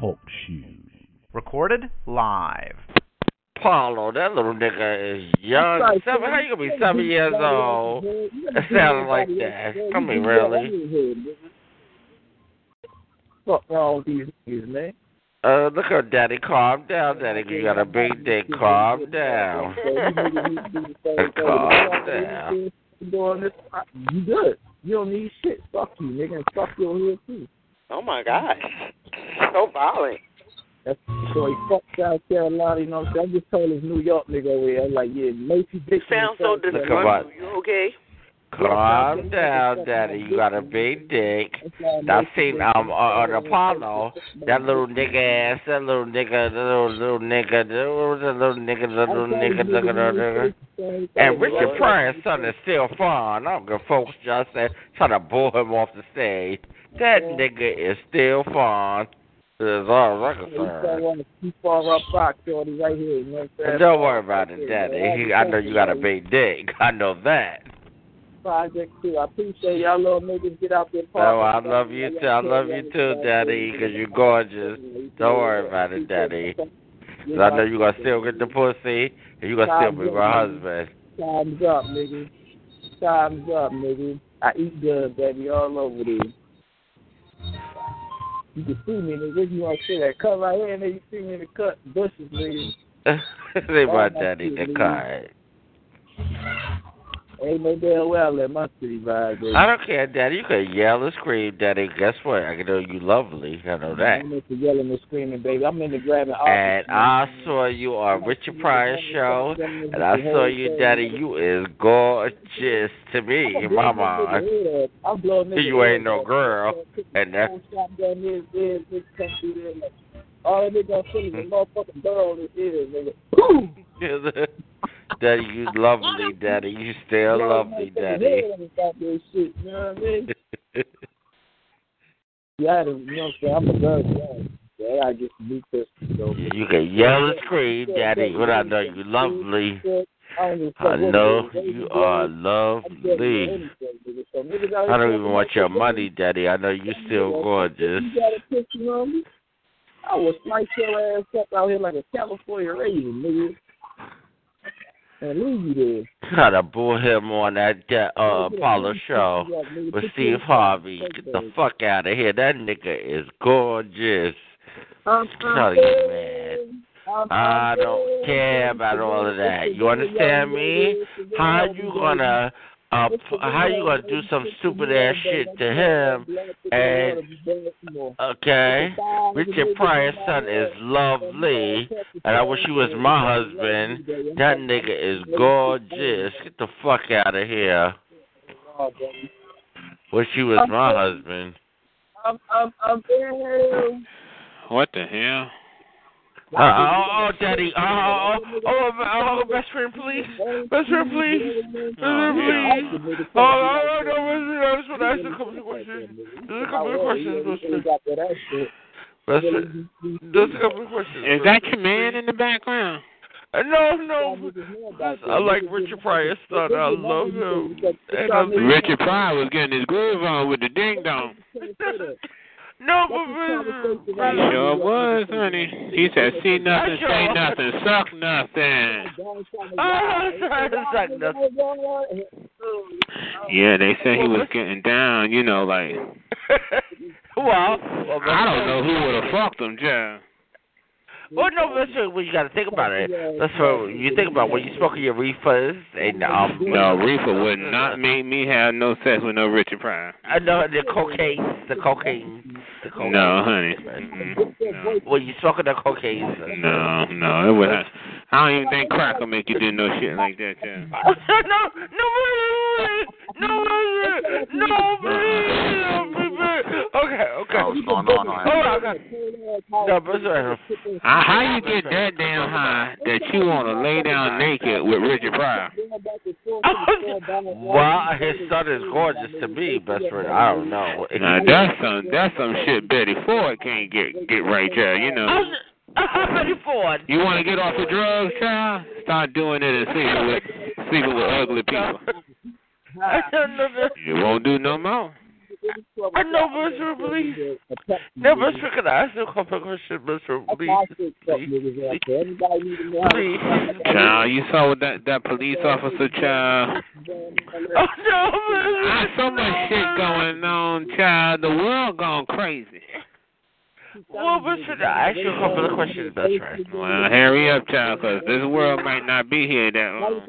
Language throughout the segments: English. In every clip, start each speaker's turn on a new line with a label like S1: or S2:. S1: Talk shoes. Recorded live.
S2: Paulo, that little nigga is young.
S3: Sorry,
S2: Uh, seven,
S3: can
S2: how
S3: you-
S2: you gonna be
S3: can you
S2: seven years
S3: get that
S2: old?
S3: out of your head?
S2: It
S3: You
S2: sounds
S3: get
S2: like
S3: that out of your
S2: that.
S3: head.
S2: I
S3: You
S2: mean,
S3: get that
S2: really.
S3: out of your head, nigga. Fuck all these niggas, man.
S2: Uh, look at daddy. Calm down, daddy. You got a big dick. Calm down.
S3: So you niggas need to do the same
S2: Calm
S3: thing. You don't
S2: down.
S3: need to be doing this. I- You good. You don't need shit. Fuck you, nigga, and fuck your hood too.
S2: Oh my gosh, so violent.
S3: That's so he fucked South Carolina, you know what I'm saying? I just told this New York nigga over here, I'm like, yeah, Macy Dick.
S4: sound so
S3: South Carolina.
S2: Come
S4: disgruntled. You okay?
S2: Calm down, daddy. You got a big dick.
S3: That's why Macy
S2: I've seen
S3: Dick-
S2: um on Apollo. That little nigga ass. That little nigga. That little little nigga. That little that little nigga. That little nigga. Look at that nigga. And Richard Pryor's son is still fine. I'm gonna folks just said trying to bull him off the stage. That nigga is still fine. As far as I'm concerned.
S3: Too far up box, shorty, right here. You know what I'm saying?
S2: And don't worry about it, Daddy. He, I know you got a
S3: baby.
S2: big Oh, dick. I know that.
S3: Project too. I appreciate y'all little niggas get out there.
S2: No, I love you too. I love you too, Daddy, because you're gorgeous. Don't worry about it, Daddy. 'Cause I know you're going to still get the pussy, and you're going to still be my husband.
S3: Time's up, nigga. Time's up, nigga. I eat good, baby, all over there. You can see me, nigga. If you want to see that cut right here, nigga, you see me in the cut bushes, nigga.
S2: Say my daddy the card.
S3: Ain't no damn well at my city vibe, baby.
S2: I don't care, Daddy. You can yell and scream, Daddy. Guess what? I know you lovely. I know that.
S3: I'm into yelling and screaming, baby. I'm into grabbing all
S2: And I saw you on Richard Pryor's show, and I saw you, Daddy. You is gorgeous to me,
S3: I'm
S2: in
S3: blowing
S2: my
S3: niggas'
S2: mind.
S3: head. I'm blowing niggas'
S2: You ain't
S3: head
S2: no
S3: off.
S2: girl, and that-
S3: Shotgun in his ears, nigga, come through there, like, All that nigga gonna feel is a motherfucking barrel in his ears, nigga. Boom!
S2: Daddy, you lovely, Daddy. You still
S3: Blow
S2: lovely,
S3: motherfucking
S2: Daddy.
S3: head in his goddamn shit, you know what I mean? Yeah, I don't- you know what I'm saying? I'm a girl, yeah. Yeah, I get some new pistols, though.
S2: you can yell and scream, Daddy, when I know you lovely.
S3: I don't give a fuck
S2: I
S3: what
S2: know
S3: it is.
S2: you are
S3: I'm getting
S2: lovely.
S3: anything, nigga. So niggas out
S2: I
S3: here
S2: don't even want your money, Daddy. I know you still gorgeous.
S3: You got a picture on me? I will slice your ass up out here like a California raven, nigga. And leave you
S2: Try to boo him on that that,
S3: there.
S2: uh,
S3: Nigga,
S2: Apollo
S3: you
S2: show
S3: pick me up, nigga.
S2: with
S3: Pick me
S2: Steve
S3: up.
S2: Harvey. Get the fuck out of here. That nigga is gorgeous.
S3: I'm
S2: Shawty,
S3: good.
S2: man.
S3: I'm-
S2: Oh, I
S3: I'm
S2: don't
S3: good.
S2: care about all of that. You understand me? How you gonna uh, p- how you gonna do some stupid ass shit to him?
S3: and
S2: Okay, Richard Pryor's son is lovely, and I wish he was my husband. That nigga is gorgeous. Get the fuck out of here. Wish he was my husband.
S3: I'm, I'm, I'm ill.
S5: What the hell?
S2: Uh, oh, oh, daddy. Oh, oh, oh, oh, oh, oh, best friend, please. Best friend, please.
S3: Oh,
S2: Best friend, please. Oh, oh, no, no, no, no, this is a couple of questions. There's a couple of questions, best friend. Best friend. There's a couple of questions.
S5: Is that your man in the background?
S2: Uh, No, no. I like Richard Pryor's son. I love him. And I
S5: Richard Pryor was getting his groove on with the ding dong.
S2: No,
S3: That's the
S2: but.
S5: He sure was, honey. He said, see nothing, say nothing, suck nothing.
S2: Ah,
S5: Yeah, they said he was getting down, you know, like,
S2: well, well,
S5: I don't know who would have fucked him, Joe.
S2: Well, no, that's what you got to think about it. That's what you think about when you smoke your reefers and um.
S5: No, Reefer would not make me have no sex with no Richard Pryor.
S2: I know uh, the cocaine, the cocaine, the cocaine.
S5: No, honey. Mm-mm. No.
S2: When you smoke the cocaine.
S5: No, no, it would not. I don't even think crack will make you do no shit like that,
S2: no,
S5: Joe.
S2: no, no, no, no, no, no, no, no,
S6: what's going on on
S2: Hold
S6: that.
S2: on. No, but it's right here.
S5: Uh, how you get that damn high that you want to lay down naked with Richard Pryor?
S2: Well, his son is gorgeous to me, best friend. I don't know.
S5: Now that's some that's some shit Betty Ford can't get get right there. You
S2: Oh,
S5: know,
S2: I'm ready for it.
S5: you want to get off the drugs, child? Start doing it and sleeping with sleeping with ugly people.
S2: I don't know. the-
S5: You won't do no more.
S2: I know miserably. No, but sure, can I ask you a couple of questions, Mr. Lee? Please.
S5: Child, you saw what that that police officer child.
S2: Oh, no,
S5: Ah, so much shit going on, child. The world gone crazy.
S2: Well, Richard, I asked you a couple of questions, best friend.
S5: Well, hurry up, child, 'cause this world might not be here that long.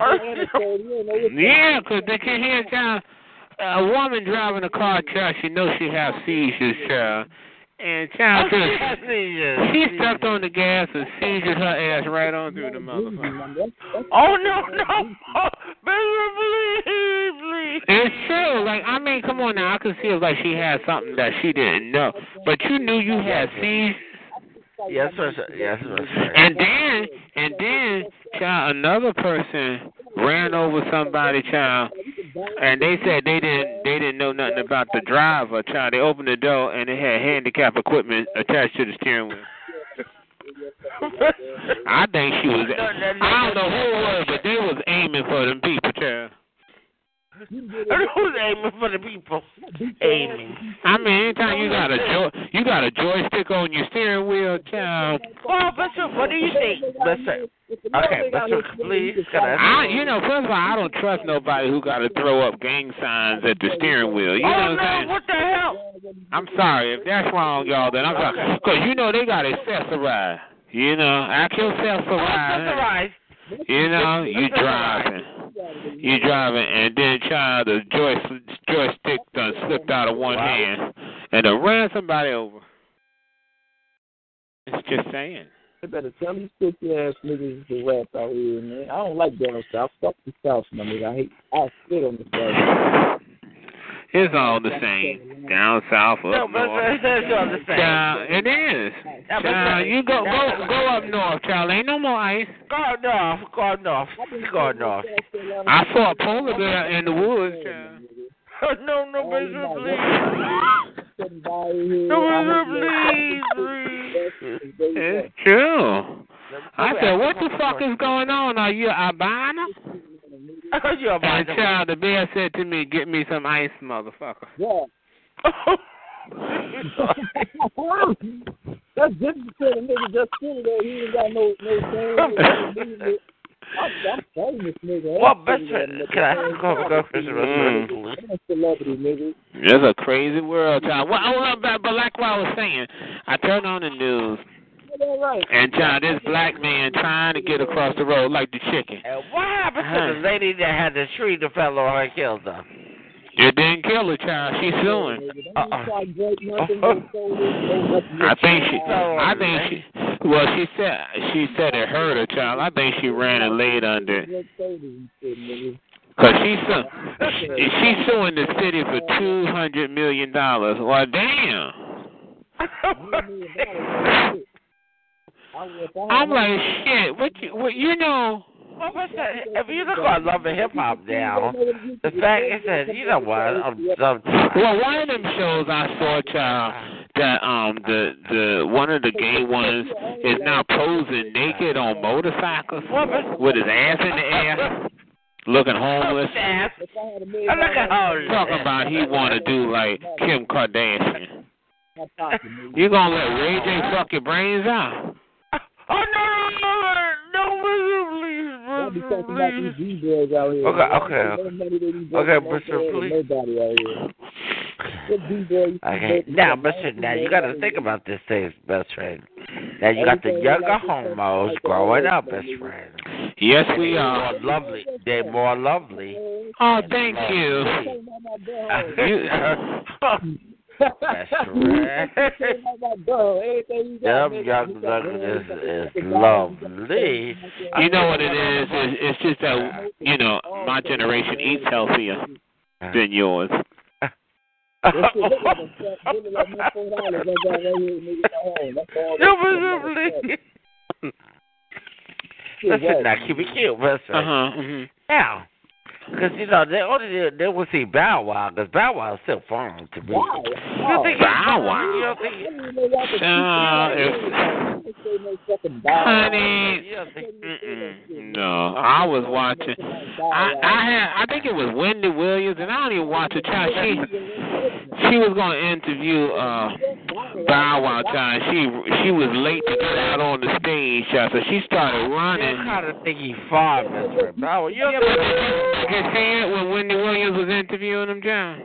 S2: Oh.
S5: Yeah, 'cause they can hear child. A woman driving a car, child, she knows she has seizures, child. And
S2: Oh,
S5: child, just, she stepped on the gas and seizured her ass right on through the motherfucker.
S2: Oh, no, no. Miserably.
S5: It's true. Like, I mean, come on now. I could see it like she had something that she didn't know. But you knew you had seizures.
S2: Yes, sir, sir. Yes, sir. sir.
S5: And then, and then, child, another person ran over somebody, child, and they said they didn't, they didn't know nothing about the driver, child. They opened the door and it had handicap equipment attached to the steering wheel. I think she was. I don't know who it was, but they was aiming for them people, child.
S2: Who's aiming for the people? Aiming.
S5: I mean, anytime you got a joy, you got a joystick on your steering wheel, child.
S2: Well, Bishop, what do you think? Oh, Listen. Okay, Bishop, please. Can I
S5: I,
S3: Ah,
S5: you know, first of all, I don't trust nobody who got to throw up gang signs at the steering wheel. You know
S2: oh,
S5: what I'm
S2: no,
S5: saying?
S2: what the hell?
S5: I'm sorry if that's wrong, y'all. Then I'm sorry, cause you know they got accessorize. You know, act
S2: Oh,
S5: Uh,
S2: that's
S5: yourself
S2: right.
S5: You know, you driving, you driving, and then child, the joystick joystick done slipped out of one hand and done ran somebody over. It's just saying.
S3: They better tell these pussy ass niggas to rap out here, man. I don't like down south. Fuck the south, my nigga. I hate. I spit on the south.
S5: It's all the same. Down south, up
S2: No, but
S5: north.
S2: that's that's all the same.
S5: Child, it is.
S2: Yeah, but
S5: Child, you go go go up north, child. Ain't no more ice.
S2: God off, God off, God off.
S5: I saw a polar bear in the woods, child.
S2: No, no, Bishop, please. No, Bishop, please.
S5: It's true. I said, what the fuck is going on? Are you albino?
S2: is... You're my
S5: And child, the bear said to me, get me some ice, motherfucker.
S3: That's just the sort of nigga just sitting there. He ain't got no no thing. I'm, I'm telling this nigga.
S2: Well,
S3: I'm
S2: best friend, can I ask you a couple of questions, Bishop?
S5: Mm.
S3: I'm a celebrity, nigga.
S5: It's a crazy world, child. Well, I, but but like what I was saying, I turned on the news,
S3: That ain't right.
S5: and child, this black man trying to get across the road like the chicken.
S2: And what happened to the
S5: Huh.
S2: lady that had to treat the fellow and killed her?
S5: It didn't kill her, child. She's suing.
S2: Uh-uh.
S3: Don't you try to break nothing, no soda, no nothing.
S5: I think she.
S2: Oh,
S5: I think she. Well, she said she said it hurt her child. I think she ran and laid under
S3: Break soda and shit, nigga.
S5: because she's su- she's suing the city for two hundred million dollars. Well, damn.
S3: I was- I
S5: I'm like shit. What you? What you know?
S2: Well, best friend, if you look on Love and Hip Hop now, the fact is that, you know what, I'm, I'm
S5: Well, one of them shows I saw child that um the the one of the gay ones is now posing naked on motorcycles with his ass in the air, looking homeless.
S2: Ass.
S3: If I had
S2: I
S3: a million
S2: look at
S3: dollars
S2: her.
S5: talking about he want to do like Kim Kardashian.
S3: in my pocket, nigga.
S5: You gonna let Ray J fuck your brains out?
S2: Oh, no, no, no, no, no,
S3: Don't be
S2: please, please,
S3: talking about
S2: please.
S3: these D-boys out here.
S2: Okay, okay.
S3: No money they be making,
S2: Okay,
S3: no
S2: but sir,
S3: bread,
S2: please.
S3: Nobody out here. What D-boy?
S2: Okay. Now, listen, now you got to think about this thing, best friend. Now you got the younger homos growing up, best friend.
S5: Yes, we
S2: More
S5: are.
S2: lovely. They're more lovely.
S5: Oh, thank you. You-
S2: best friend.
S3: Everything you
S2: Them
S3: got,
S2: young
S3: nigga, you got money,
S2: niggas
S3: you
S2: is
S3: got
S2: lovely.
S5: You know what it is? It's, it's just that you know my generation eats healthier than yours.
S3: That shit look like a fuck. Give me like my four dollars I got right here, nigga, in my home. That's all.
S2: You
S3: that
S2: better
S3: shit
S2: believe.
S3: is.
S2: That
S3: Shit
S2: should not keep it cute, but
S5: Uh huh. hmm
S2: now, because you know they only they, they will see Bow Wow because Bow Wow is still fun to me.
S3: Wow.
S2: You don't think
S5: Bow
S2: he's-
S5: Wow.
S2: You don't
S3: I
S2: think?
S3: didn't know y'all could
S5: Uh,
S3: keep it like that. I didn't say no fucking Bow Wow.
S5: Honey.
S2: You don't think?
S5: Mm-mm. No, I was watching. I I had. I think it was Wendy Williams, and I don't even watch her. Child, she she was gonna interview uh Bow Wow. Child, she she was late to get out on the stage. Child, so she started
S2: You
S5: running.
S2: kind of think he's far, Mister Bow Wow. You don't
S5: You
S2: think?
S5: can see it when Wendy Williams was interviewing him, John.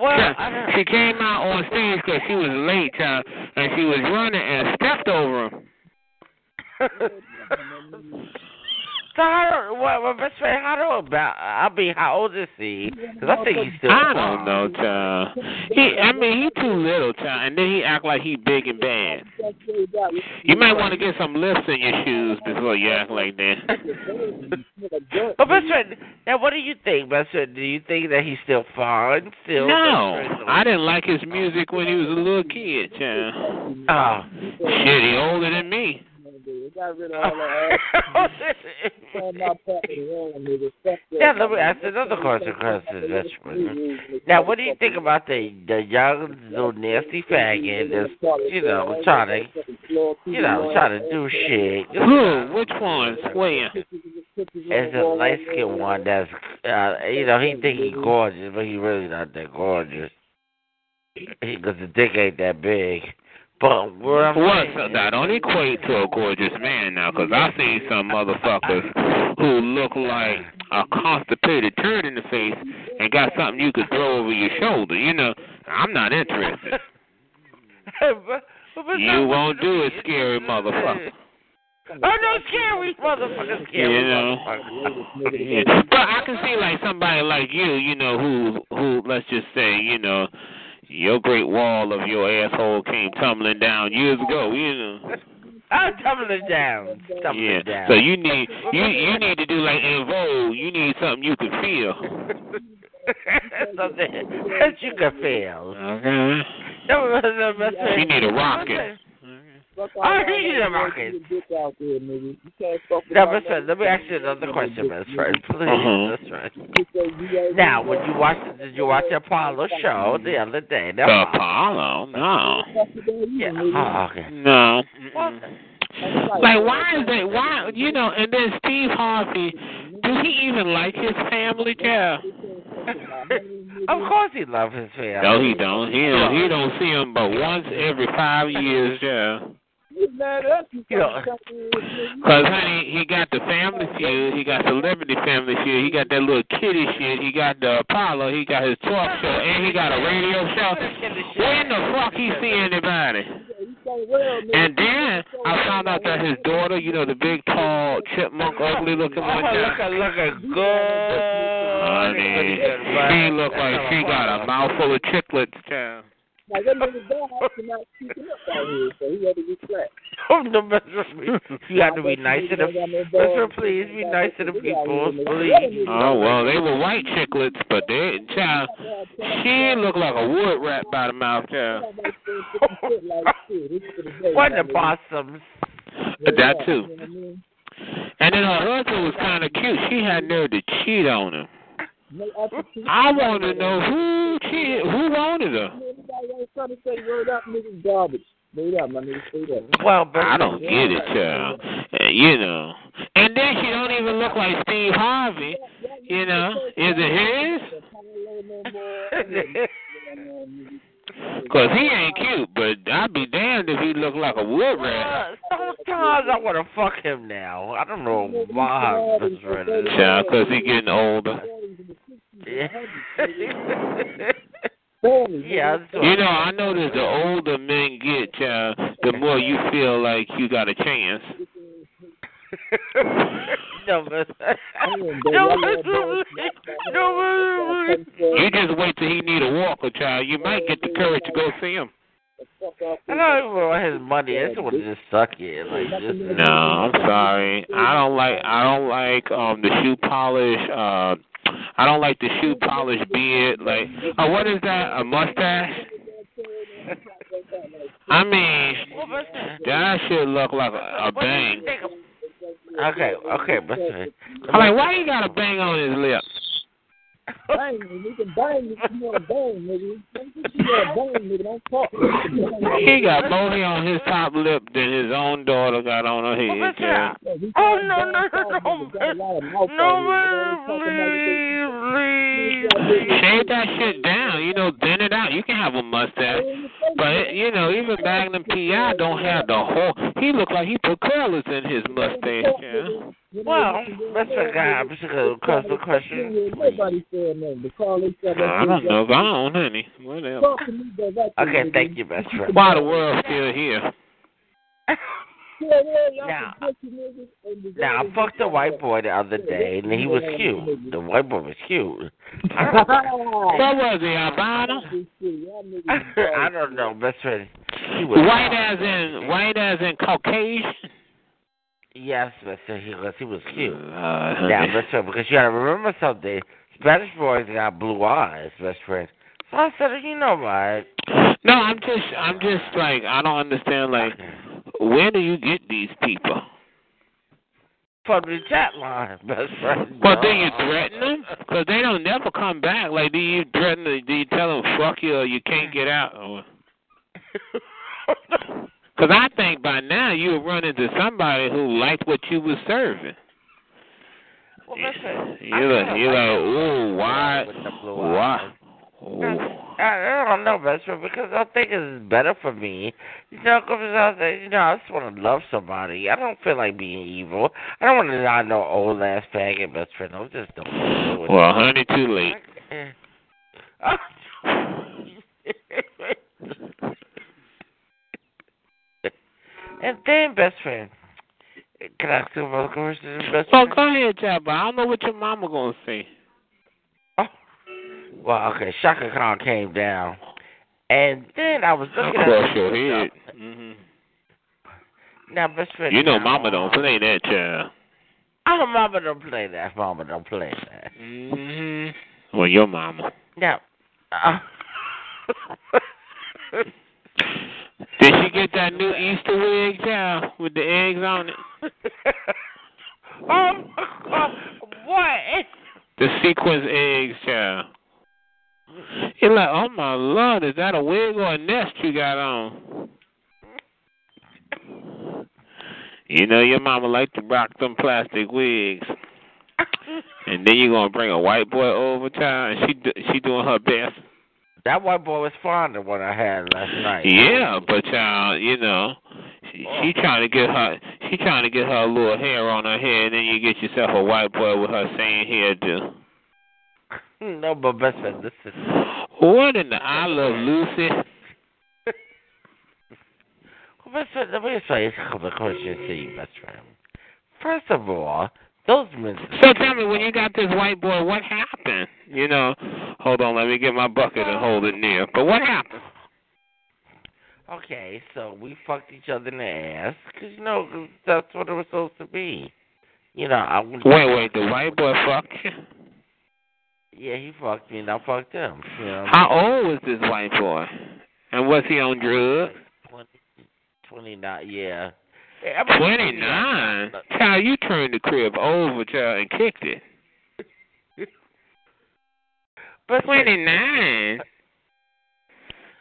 S2: Well,
S5: Child,
S2: I don't-
S5: she came out on stage because she was late, child, and she was running and stepped over him.
S2: so how do well, my best friend? How do about? I mean, how old is he? Because I think he's still.
S5: I
S2: fine.
S5: don't know, child. He, I mean, he too little, child, and then he act like he big and bad. You might want to get some lifts in your shoes before you act like that.
S2: But best friend, now what do you think, best friend? Do you think that he's still fine? Still?
S5: No, I didn't like his music when he was a little kid, child.
S2: Oh.
S5: Shit, he older than me.
S3: Got rid of all that ass. Turn my
S2: now
S3: property around, nigga. Fuck that.
S2: let me ask another question, question, best friend. Now, what do you think about the the young little nasty faggot that's you know trying to you know trying to do shit?
S5: Who? Which one? Where?
S2: It's a light skinned one that's uh, you know he think he gorgeous, but he really not that gorgeous. Because the dick ain't that big. But where I'm
S5: What?
S2: saying
S5: so
S2: is-
S5: uh, That don't equate to a gorgeous man now, 'cause I seen some motherfuckers who look like a constipated turd in the face and got something you could throw over your shoulder. You know, I'm not interested.
S2: But- but
S5: You
S2: no,
S5: won't
S2: but-
S5: do it, scary motherfucker.
S2: Oh no, scary motherfucker, scary
S5: You know.
S2: motherfucker.
S5: Yeah. But I can see like somebody like you, you know, who who let's just say, you know, your great wall of your asshole came tumbling down years ago, you know.
S2: I'm tumbling down, tumbling
S5: yeah.
S2: down.
S5: So you need you you need to do like in Vogue. You need something you can feel.
S2: Something that you can feel.
S5: Okay.
S2: No, no, best friend.
S5: You need a rocket.
S2: I hear you, Marcus. Now, best friend, let me ask you another question, best friend. Please,
S5: Uh-huh.
S2: best friend. Now, when you watch, did you watch the Apollo show the other day? Now,
S5: Apollo? No.
S2: Yeah. Oh, okay.
S5: No.
S2: What?
S5: Like why is that? Why you know? And then Steve Harvey, does he even like his family? Yeah.
S2: of course he loves his family.
S5: No, he don't. He don't. He don't see him but once every five years. Yeah. Cause honey, he got the family feud, he got celebrity family feud, he got that little kitty shit, he got the Apollo, he got his talk show, and he got a radio show. When the fuck he see anybody? And then I found out that his daughter, you know, the big tall chipmunk, ugly looking
S2: Oh,
S5: one,
S2: look
S5: yeah,
S2: at look at good.
S5: honey, she look like she got a mouthful of chiclets. Yeah.
S3: Like that nigga dad cannot keep it up out here, so he had to be flat.
S2: no, Mr. You have to be nice to the Mister. Please be nice to the people. Please.
S5: Oh well, they were white chiclets, but they child, she looked like a wood rat by the mouth. Yeah.
S2: What the possums?
S5: That too. And then her husband was kind of cute. She had nerve to cheat on him. I want to know who cheated, who wanted her.
S3: Trying to say word up, nigga, garbage. Word up, my nigga, straight up.
S2: Well, but
S5: I don't get it, child. Uh, You know. And then she don't even look like Steve Harvey. You know, is it his? Cause he ain't cute, but I'd be damned if he looked like a wood rat.
S2: Uh, Sometimes I want to fuck him now. I don't know why. Mr. Renner.
S5: Child, cause he getting older.
S2: Yeah. yeah.
S3: Yeah.
S2: that's
S5: You
S2: what-
S5: know, I notice the older men get, child, the more you feel like you got a chance.
S2: no, but no, but no, but
S5: You just wait till he need a walker, child. You might get the courage to go see him.
S2: I don't even want his money. I just want to just suck it. Like just
S5: No, I'm sorry. I don't like I don't like um the shoe polish uh I don't like the shoe polish beard. Like, oh, what is that? A mustache? I mean,
S2: Well, listen.
S5: that should look like a, a
S2: What do you
S5: bang.
S2: think of- Okay, okay, listen.
S5: I'm like, why you got a bang on his lip?
S3: Bang, nigga, bang, if you want to bang, nigga. Don't get you a bang, nigga. Don't talk.
S5: He got more hair on his top lip than his own daughter got on her
S2: Well,
S5: head.
S2: listen
S5: Yeah.
S2: up. Oh, no, no, no, no, no, no, leave, leave.
S5: Shave that shit down, you know, thin it out. You can have a mustache. But, it, you know, even Magnum P.I. don't have the whole. He look like he put curlers in his mustache. Yeah.
S2: Well, listen, guys, this is a closing question.
S3: Nobody said nothing. They call themselves.
S5: I don't know. Go on, honey. Whatever.
S3: Talk to me directly.
S2: Okay,
S3: nigga.
S2: thank you, best friend.
S5: Why the world still here?
S3: Yeah, yeah, y'all
S2: Nah.
S3: some pussy niggas and the
S2: Now, I
S3: girls-
S2: fucked a white boy the other day, and he was cute. The white boy was cute. I don't,
S5: What was he, albino?
S2: I don't know, best friend. He was
S5: White as in, white as in Caucasian?
S2: Yes, best friend, he was, he was cute.
S5: Uh,
S2: Now, best friend, because you gotta remember something. Spanish boys got blue eyes, best friend. So I said, you know what?
S5: No, I'm just, I'm just like, I don't understand. Like, where do you get these people?
S2: From the chat line, best friend.
S5: Well, do you threaten them? Because they don't never come back. Like, do you threaten? them? Do you tell them fuck you or you can't get out? Or... Because I think by now you would run into somebody who liked what you was serving.
S2: Well, listen, I
S5: you're like,
S2: kinda
S5: you're
S2: like
S5: like,
S2: the
S5: ooh, why,
S2: with the blue
S5: why?
S2: eyes.
S5: Ooh.
S2: I I don't know, best friend, because I think it's better for me. You know, because I say, you know, I just want to love somebody. I don't feel like being evil. I don't want to not know old ass faggot, best friend. I'm just don't wanna do it.
S5: Well, honey, too late.
S2: and then, best friend, can I still vote question, best
S5: Well,
S2: friend?
S5: go ahead, Jabba. I don't know what your mama gonna say.
S2: Well, okay, Shaka Khan came down, and then I was looking
S5: Crush
S2: at
S5: your head.
S2: Mm-hmm.
S5: hmm
S2: Now, best friend,
S5: You know,
S2: now-
S5: mama don't play that, child.
S2: Oh, mama don't play that. Mama don't play that.
S5: Mm-hmm. Well, your mama.
S2: Now, uh,
S5: Did she get that new Easter wig, child, with the eggs on it?
S2: oh my God, what?
S5: The sequence eggs, child. You're like, oh my lord, is that a wig or a nest you got on? You know your mama like to rock them plastic wigs, and then you gonna bring a white boy over, child, and she do, she doing her best.
S2: That white boy was fond of what I had last night.
S5: Yeah, but child, you know, she, she trying to get her she trying to get her little hair on her head, and then you get yourself a white boy with her same hairdo.
S2: No, but best friend, listen.
S5: What in the I love Lucy?
S2: Best friend, let me explain a couple of questions to you, best friend. First of all, those men.
S5: So tell me, when you got this white boy, what happened? You know, hold on, let me get my bucket and hold it near. But what happened?
S2: Okay, so we fucked each other in the ass, 'cause you know 'cause that's what it was supposed to be. You know, I was-
S5: Wait, wait, the white boy fucked you?
S2: Yeah, he fucked me, and I fucked him. You know,
S5: How old was this white boy? And was he on drugs?
S2: 20, 29, yeah. Yeah, I mean,
S5: Twenty nine. Child, you turned the crib over, child, and kicked it.
S2: But
S5: Twenty nine.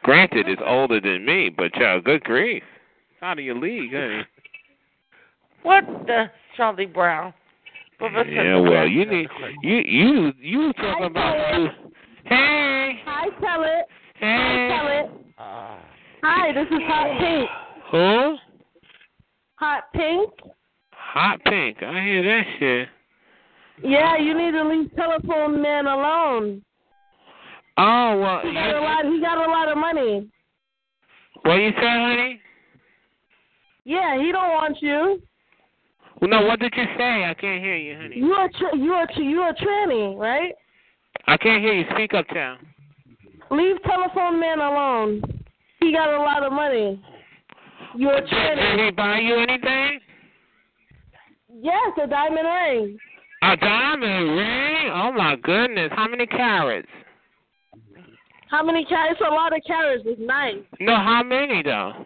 S5: Granted, it's older than me, but child, good grief, It's out of your league, honey.
S2: What the Charlie Brown? But but-
S5: Yeah, well, you need you you you was talking about hey
S7: Hi, tell it. Tell
S5: hey
S7: it.
S2: Uh,
S7: Hi, this is Hot Pink.
S5: who
S7: Hot Pink?
S5: hot pink. I hear that shit.
S7: Yeah, you need to leave Telephone Man alone.
S5: Oh well,
S7: He got a
S5: you,
S7: lot. He got a lot of money.
S5: what you say, honey?
S7: Yeah, he don't want you.
S5: Well, no, what did you say? I can't hear you, honey.
S7: You are tr- you are tr- you are tranny, right?
S5: I can't hear you. Speak up, child.
S7: Leave Telephone Man alone. He got a lot of money. You are
S5: Did, did
S7: tranny.
S5: he buy you anything?
S7: Yes, a diamond ring.
S5: A diamond ring? Oh my goodness! How many carats?
S7: How many carrots? It's a lot of carrots. It's nice.
S5: No, how many though?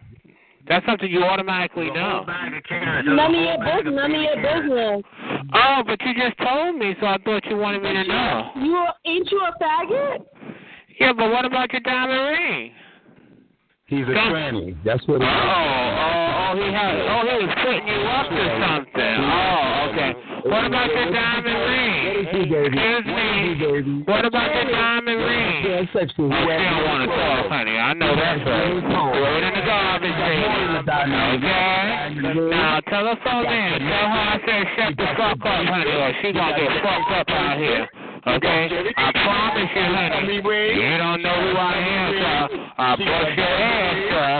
S5: That's something you automatically know.
S7: None of your business. None of your business.
S5: Oh, but you just told me, so I thought you wanted me to know.
S7: You ain't you a faggot?
S5: Yeah, but what about your diamond ring?
S2: He's a
S5: Don't-
S2: tranny. That's what
S5: Oh, oh,
S2: he
S5: oh, he had, oh, he was putting you up to something. Oh, okay. What about your diamond
S2: What is
S5: ring?
S2: he, baby? What
S5: Excuse
S2: is he,
S5: me.
S2: baby?
S5: What about your diamond ring?
S2: Yeah, sexual.
S5: Oh, she don't want to talk, honey. I know that's right. Throw it in the garbage can. Okay? Now tell her so then. Tell her I said shut the fuck up, honey, or she gonna get fucked up out here. Okay? I promise you, honey. You don't know who I am, so I bust your ass, sir.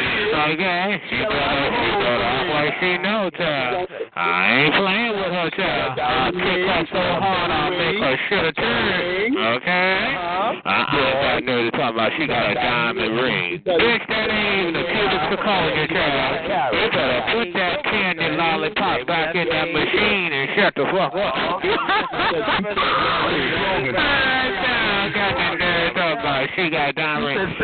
S5: okay? She better, she better act like she know, sir. I ain't playing with her, sir. I'll kick her so hard I'll make her shit a turn. Okay? I, I got nervous talking about Uh-huh. she got a diamond ring. Bitch, that ain't even a cubic zirconia trigger. You better put that candy lollipop back in that machine and shut the fuck up. I got that nervous talking about she got a diamond ring. And I asked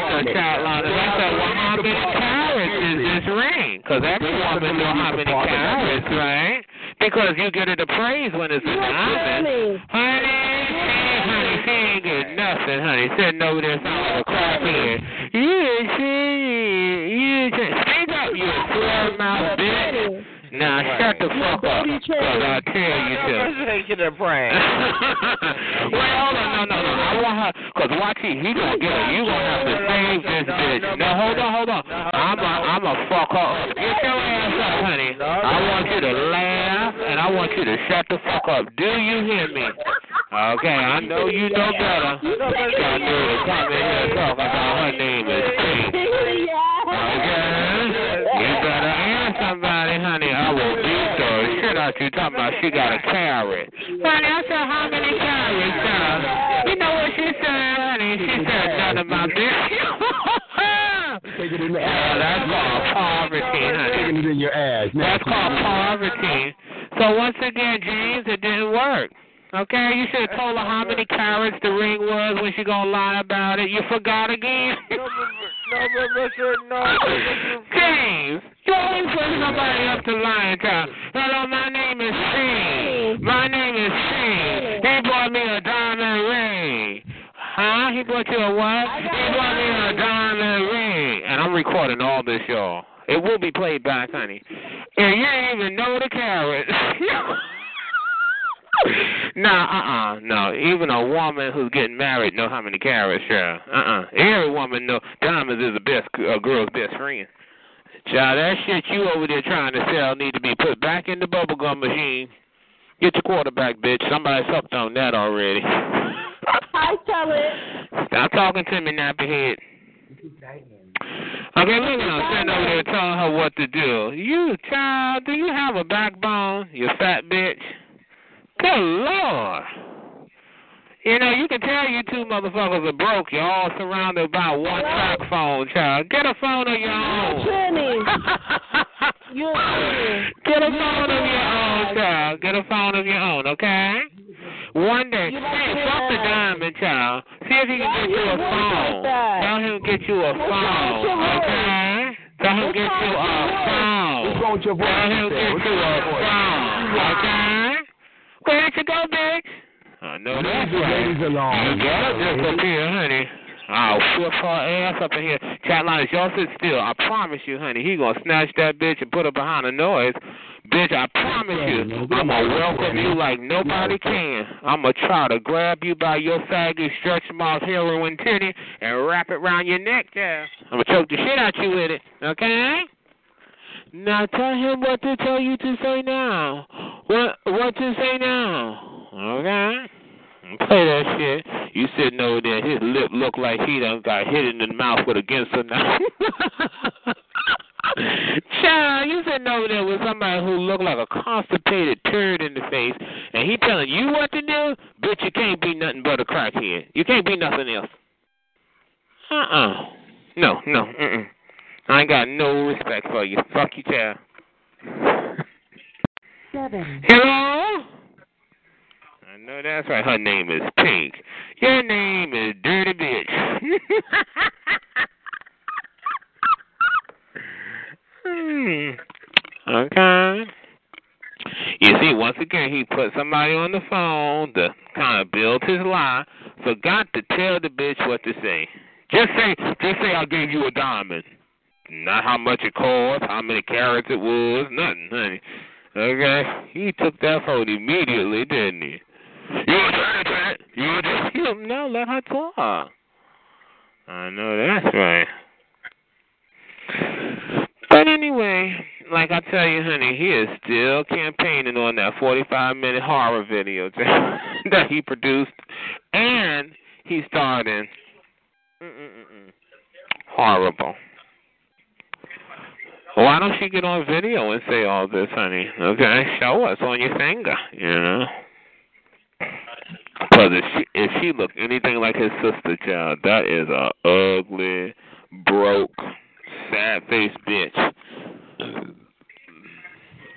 S5: her, child Lonnie, I said, well, how many carrots is this ring? Because every woman know how many carrots, right? Because you get it appraised when it's a
S7: You a
S5: diamond.
S7: tranny.
S5: Honey, she ain't, honey, she ain't getting nothing, honey. Sitting over there sounding like a crap here. You, she, you, she, speak up, you square mouth bitch.
S7: Tranny.
S5: Now shut the fuck up,
S7: baby
S5: because I'll tell you to.
S3: Taking a prank.
S5: Wait, hold on, no, no, no. I want her, cause watch he, he gonna get her. You gonna have to save this bitch. No, hold on, hold on. I'm a, I'm a fuck her up. Get your ass up, honey. I want you to laugh and I want you to shut the fuck up. Do you hear me? Okay, I know you know better. Y'all knew to come in here and talk about her name is Pink. Okay. You better ask somebody, honey. I will beat the shit out you talking about she got a carrot. Honey, I said, how many carrots, sir? You know what she said, honey? She said, none of my business.
S2: Take it in the
S5: yeah, that's
S2: ass.
S5: called poverty, honey.
S2: Taking it in your ass. Now,
S5: That's called
S3: Mm-hmm.
S5: poverty. So once again, James, it didn't work. Okay, you should have told her how many carrots the ring was when she gonna lie about it. You forgot again. James, you always put somebody up to lying time. Hello, my name is Shane. My name is Shane. He bought me a diamond ring. Huh? He bought you a what? He bought me a diamond ring. And I'm recording all this, y'all. It will be played back, honey. And you ain't even know the carrot. Nah, uh, uh no. Even a woman who's getting married know how many carrots, yeah. Uh, uh Every woman know diamonds is the best a girl's best friend. Child, that shit you over there trying to sell need to be put back in the bubble gum machine. Get your quarterback, bitch. Somebody sucked on that already.
S7: I tell it.
S5: Stop talking to me, nappy head. Okay, moving on. Stand over there telling her what to do. You child, do you have a backbone? You fat bitch. Good lord. You know, you can tell you two motherfuckers are broke. You're all surrounded by one crack phone, child. Get a phone of your own.
S7: Tranny. You're a
S5: Get a phone of your own, child. Get a phone of your own, okay? One day,
S7: You like
S5: hey,
S7: to,
S5: fuck the
S7: uh,
S5: diamond, child. See if he
S7: Why
S5: can get
S7: you
S5: you a
S7: doing
S5: phone.
S7: like that?
S5: Tell him to get you a
S7: What's wrong
S5: phone,
S7: with your voice?
S5: okay? Tell him to
S7: What's
S5: get you
S7: wrong
S5: a
S7: with your voice?
S5: phone.
S2: What's wrong with your voice?
S5: Tell
S2: What's wrong
S5: him to get you a
S2: with your
S5: phone,
S2: voice?
S5: okay? Where did you go, bitch? I know that's
S2: Leave the
S5: right.
S2: ladies alone.
S5: You gotta disappear, honey. I'll flip her ass up in here. Chatline, if y'all sit still, I promise you, honey, he gonna snatch that bitch and put her behind the noise. Bitch, I promise you, I'ma welcome you like nobody can. I'ma try to grab you by your saggy stretch marks, heroin titty, and wrap it round your neck there. I'ma choke the shit out you with it, okay? Now tell him what to tell you to say now. What what to say now? Okay. Play that shit. You sitting over there, his lip look like he done got hit in the mouth with a ginseng now. Child, you sitting over there with somebody who look like a constipated turd in the face, and he telling you what to do? Bitch, you can't be nothing but a crackhead. You can't be nothing else. Uh-uh. No, no, mm-mm. I ain't got no respect for you. Fuck you, child.
S7: seven.
S5: Hello? I know that's right. Her name is Pink. Your name is Dirty Bitch. hmm. Okay. You see, once again, he put somebody on the phone to kind of build his lie. Forgot to tell the bitch what to say. Just say, just say I gave you a diamond. Not how much it cost, how many carats it was, nothing, honey. Okay, he took that phone immediately, didn't he? You were trying to try it. You were trying to No, let her talk. I know that's right. But anyway, like I tell you, honey, he is still campaigning on that 45 minute horror video that he produced, and he's starting. Mm-mm-mm. Horrible. Why don't you get on video and say all this, honey? Okay, show us on your finger, you know. Because if she if she look anything like his sister, child, that is a ugly, broke, sad faced bitch.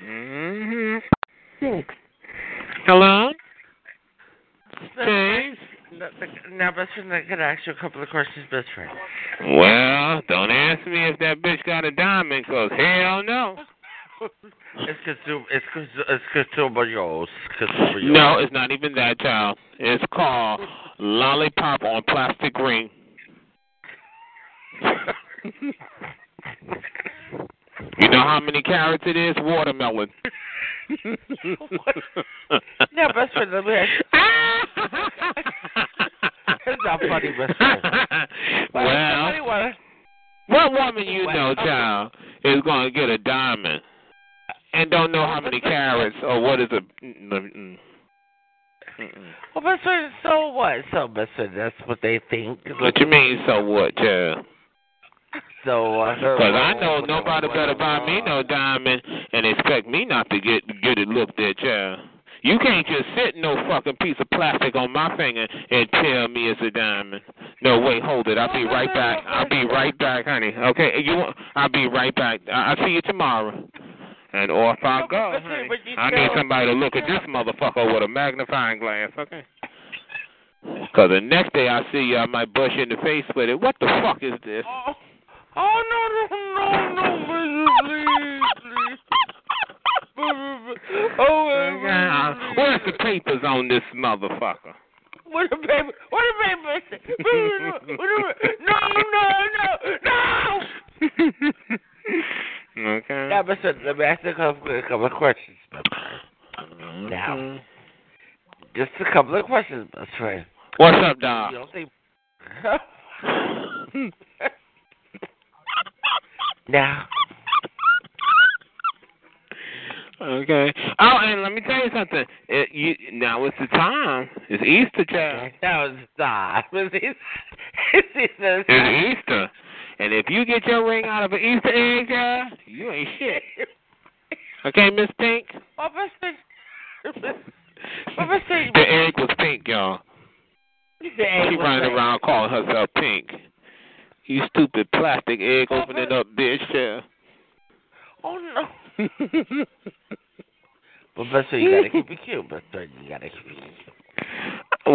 S5: Mhm.
S7: Six.
S5: Hello,
S2: No,
S5: James.
S2: no, Now, best friend, I could ask you a couple of questions, best friend.
S5: Well, don't ask me if that bitch got a diamond, cause hell no.
S2: It's consumer, it's consu- it's consumer yours. Consumer yours.
S5: No, it's not even that, child. It's called lollipop on plastic ring. you know how many carrots it is? Watermelon.
S2: Now, best friend, let me ask you. It's not funny, best friend.
S5: well,
S2: Anyway,
S5: what woman you know, child, is going to get a diamond and don't know how many carrots or what is a. mm, mm, mm. Mm-mm.
S2: well, best friend, so what? So, best friend, that's what they think.
S5: What you mean, so what, child?
S2: So, uh,
S5: Because I know nobody better buy me no diamond and expect me not to get get it looked at, child. You can't just sit no fucking piece of plastic on my finger and tell me it's a diamond. No, wait, hold it. I'll be right back. I'll be right back, honey. Okay, you want? I'll be right back. I- I'll see you tomorrow. And off I go, honey. I need somebody to look at this motherfucker with a magnifying glass, okay? Because the next day I see you, I might bust you in the face with it. What the fuck is this?
S2: Oh, oh no, no, no, no, please, please. Oh,
S5: Okay, uh, Where's the papers on this motherfucker?
S2: What a baby! What a baby! What a no, no, no, no!
S5: okay.
S2: Now, listen, let me ask you a couple, a couple of questions, my friend. now. Just a couple of questions, my friend.
S5: What's up,
S2: You
S5: Doc?
S2: don't think? now,
S5: okay. Oh, and let me tell you something. It, you, now it's the time. It's Easter, child.
S2: now it's not. It's, it's, it's, it's,
S5: It's Easter. And if you get your ring out of an Easter egg, child, you ain't shit. Okay, Miss Pink?
S2: My best friend. What was that?
S5: the egg was pink, y'all. She running around calling herself pink. You stupid plastic egg
S2: Oh,
S5: opening
S2: but-
S5: up bitch, yeah.
S2: Oh no. But best friend, you gotta keep it cute. Best friend, you gotta keep it cute.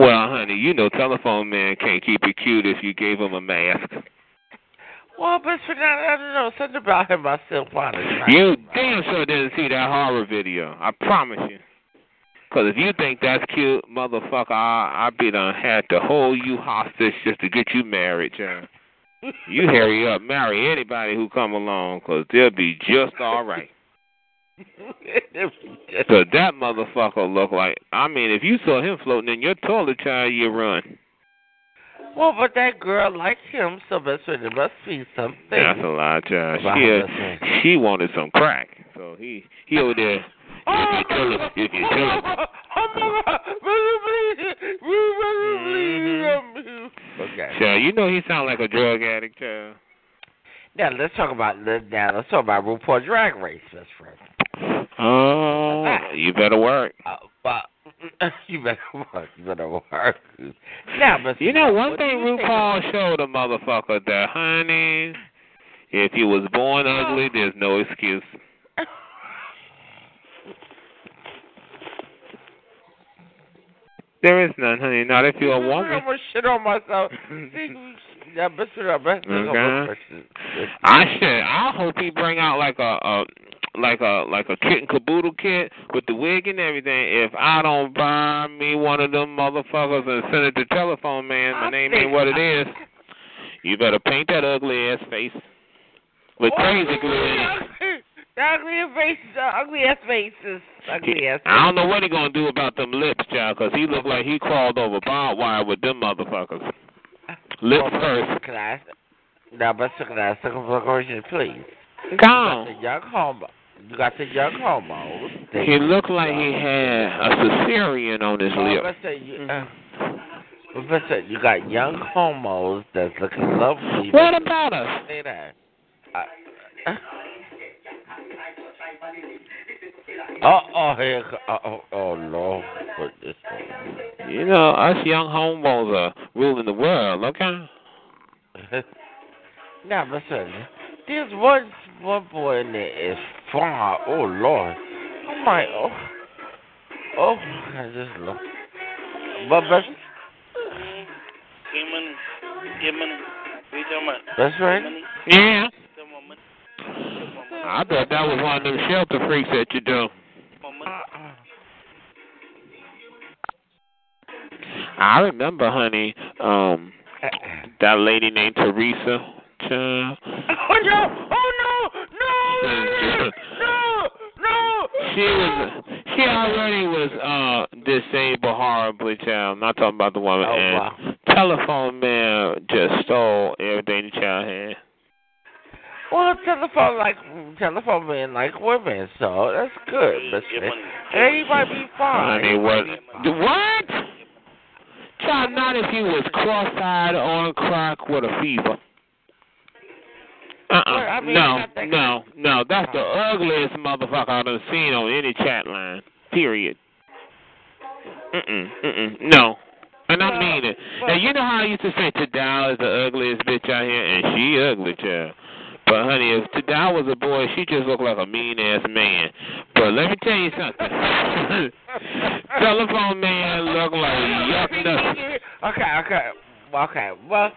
S5: well, honey, you know telephone man can't keep you cute if you gave him a mask.
S2: Well, best friend, I, I don't know something about him. I still find it.
S5: You damn sure didn't see that horror video. I promise you. Cause if you think that's cute, motherfucker, I I be done had to hold you hostage just to get you married, child. You hurry up, marry anybody who come along, cause they'll be just all right. Cause that motherfucker look like I mean, if you saw him floating in your toilet child, you run.
S2: well, but that girl liked him, so best friend, there must be something.
S5: That's a lie, child.
S2: Wow,
S5: uh, She
S2: that's it.
S5: she wanted some crack, so he he over there. If you tell him, if you tell him,
S2: Oh my God! Best friend, please, please, please, please, please. Okay.
S5: child, you know he sound like a drug addict, child.
S2: Now let's talk about now let's talk about RuPaul Drag Race, best friend.
S5: Oh,
S2: Ah.
S5: you better work.
S2: Uh, but you better work. You better work. Now, best
S5: You know
S2: friend,
S5: one
S2: what do
S5: thing
S2: you think
S5: RuPaul showed a motherfucker that, honey,
S2: Oh.
S5: if you was born ugly, there's no excuse. There is none, honey. Not if you're a
S2: I
S5: woman.
S2: almost shit on myself. See, that bitch, that bitch,
S5: Okay. I should. I hope he bring out like a, a like a like a kit and caboodle kit with the wig and everything. If I don't buy me one of them motherfuckers and send it to telephone man, my
S2: I
S5: name
S2: think-
S5: ain't what it is. You better paint that ugly ass face with
S2: Oh,
S5: crazy glue. in it.
S2: The ugly faces, the ugly ass faces, ugly ass.
S5: I don't know what he gonna do about them lips, child, 'cause he looked like he crawled over barbed wire with them motherfuckers. Lips first.
S2: Can I? Now, but can I ask a couple of questions, please?
S5: Gone.
S2: The young homo. You got the young homos. They-
S5: He looked like he had a cesarean on his
S2: Oh,
S5: lip.
S2: Mister, you, uh,
S5: Mm-hmm.
S2: Mister, you got young homos that's looking lovely.
S5: What about us?
S2: Say that. Uh oh, here, uh oh, oh no, put this one.
S5: You know, us young homos are ruling the world, okay?
S2: now listen, there's one one boy in there is far. Oh Lord, oh my, oh, oh, I just look. But best,
S4: Give money. Give money. We talking about
S2: best friend,
S4: money.
S5: Yeah.
S4: Some more money.
S5: I thought that was one of them shelter freaks that you do.
S4: More money.
S5: I remember, honey, um, that lady named Teresa. child.
S2: Oh no! Oh no! No! No! No!
S5: She was she already was uh disabled horribly, child. I'm not talking about the woman.
S2: Oh,
S5: and
S2: wow.
S5: telephone man just stole everything the child had.
S2: Well, telephone like telephone men like women, so that's good. But
S4: Give money.
S2: anybody be fine.
S5: Honey, what? The What? Child, not if you was cross-eyed on crack with a fever. Uh-uh.
S2: Well, I mean,
S5: no,
S2: I think-
S5: no, no. That's the ugliest motherfucker I've ever seen on any chat line. Period. Mm-mm, mm-mm. No. And I
S2: Well,
S5: mean it.
S2: well-
S5: now, you know how I used to say Tadal is the ugliest bitch out here, and she ugly, child. But, honey, if Tadal was a boy, she just looked like a mean-ass man. But let me tell you something. Telephone man look like yuck nuts.
S2: Okay, okay, okay. Well,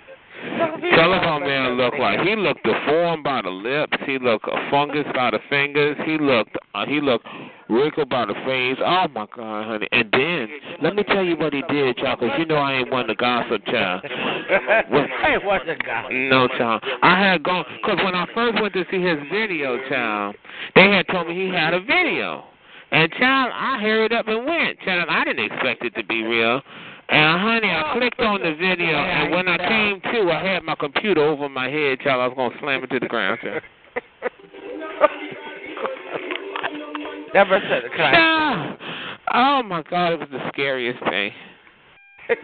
S2: some people-
S5: Telephone man looked like he looked deformed by the lips. He looked a fungus by the fingers. He looked uh, he looked wrinkled by the face. Oh my God, honey! And then let me tell you what he did, y'all, 'cause you know I ain't one to gossip, child.
S2: hey, what's the guy?
S5: No, child. I had gone because when I first went to see his video, child, they had told me he had a video, and child, I hurried up and went. Child, I didn't expect it to be real. And honey, I clicked on the video, and when I came to, I had my computer over my head, child. I was gonna slam it to the ground, child.
S2: Never said a guy.
S5: Child, Oh my God, it was the scariest thing.
S2: well,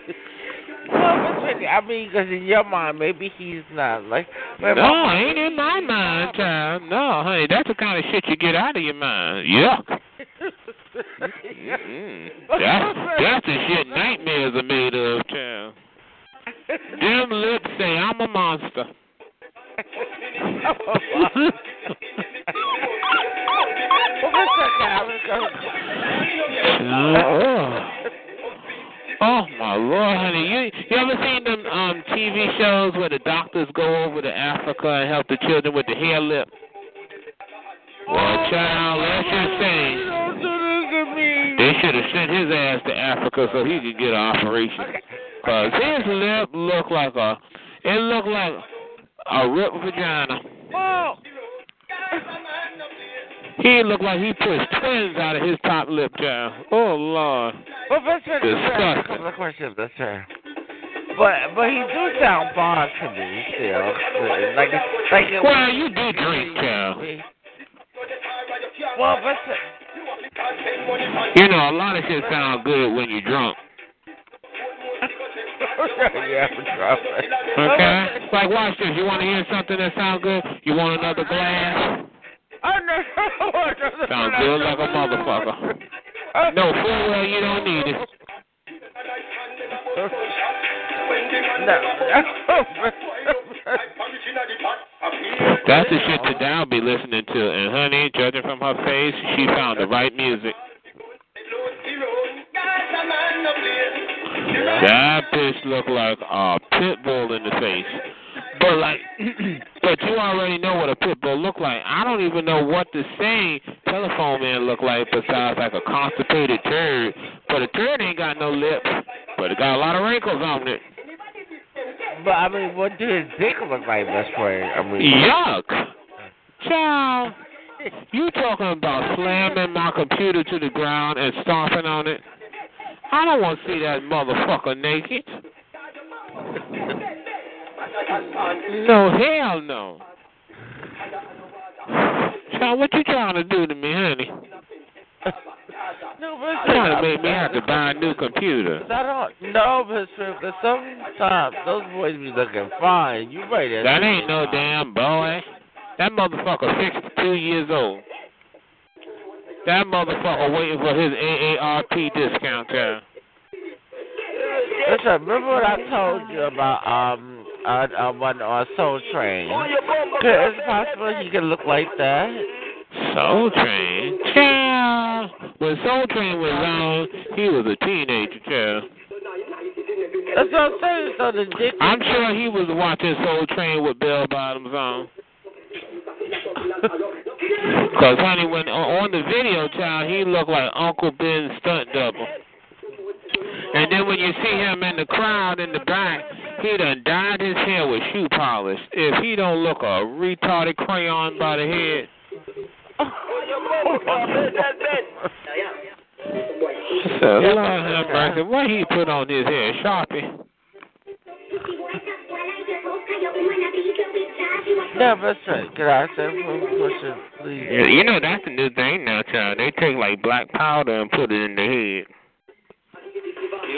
S2: but really, I mean, because in your mind, maybe he's not like. but
S5: No,
S2: my-
S5: ain't in my mind, child. No, honey, that's the kind of shit you get out of your mind. Yuck. Mm-mm. Mm-hmm. That's, that's the shit nightmares are made of, child. Them lips say I'm a monster.
S2: Well, listen, I was gonna-
S5: oh. oh my lord, honey, you you ever seen them um TV shows where the doctors go over to Africa and help the children with the hair lip? Well, child, let's just
S2: You
S5: say
S2: don't do this to me.
S5: they should have sent his ass to Africa so he could get an operation. Cause his lip looked like a, it looked like a ripped vagina.
S2: Well,
S5: He looked like he pushed twins out of his top lip, child. Oh lord.
S2: well, that's fair. That's a
S5: Disgusting.
S2: couple of questions. That's fair. But but he do sound fond to me still. Like like it
S5: Well, you do drink, child.
S2: Well, but
S5: You know, a lot of shit sound good when you're drunk.
S2: yeah, for trouble.
S5: Okay? Like, watch this. You want to hear something that sound good? You want another glass?
S2: Oh no!
S5: Sound good like a motherfucker. No, full well you don't need it.
S2: No.
S5: That's the shit that Dow be listening to. And honey, judging from her face, she found the right music.
S2: yeah.
S5: That bitch looked like a pit bull in the face. But like, but you already know what a pit bull look like. I don't even know what the same telephone man look like besides like a constipated turd. But a turd ain't got no lips, but it got a lot of wrinkles on it.
S2: But I mean, what do his dick look like, best friend? I mean,
S5: Yuck! Child, you talking about slamming my computer to the ground and stomping on it? I don't want to see that motherfucker naked. No, hell no. Child, what you trying to do to me, honey?
S8: No, but
S5: Trying to make me have to buy a new computer.
S2: I don't know, best friend, but sometimes those boys be looking fine. You right there.
S5: That ain't no damn boy. That motherfucker 62 years old. That motherfucker waiting for his AARP discount time.
S2: Listen, remember what I told you about um on on one on Soul Train? Could- It's possible he could look like that.
S5: Soul Train? Child. When Soul Train was on, he was a teenager, child.
S2: That's what I'm saying. So the dick.
S5: I'm sure he was watching Soul Train with bell bottoms on. Cause honey, when uh, on on the video, child, he looked like Uncle Ben's stunt double. And then when you see him in the crowd in the back, he done dyed his hair with shoe polish. If he don't look a retarded crayon by the head, so Lord have mercy, what he put on his head, Sharpie?
S2: No, best friend. Could I ask him for a question, please?
S5: Yeah,
S9: e-
S5: you know that's the new thing now, child. They take like black powder and put it in the head.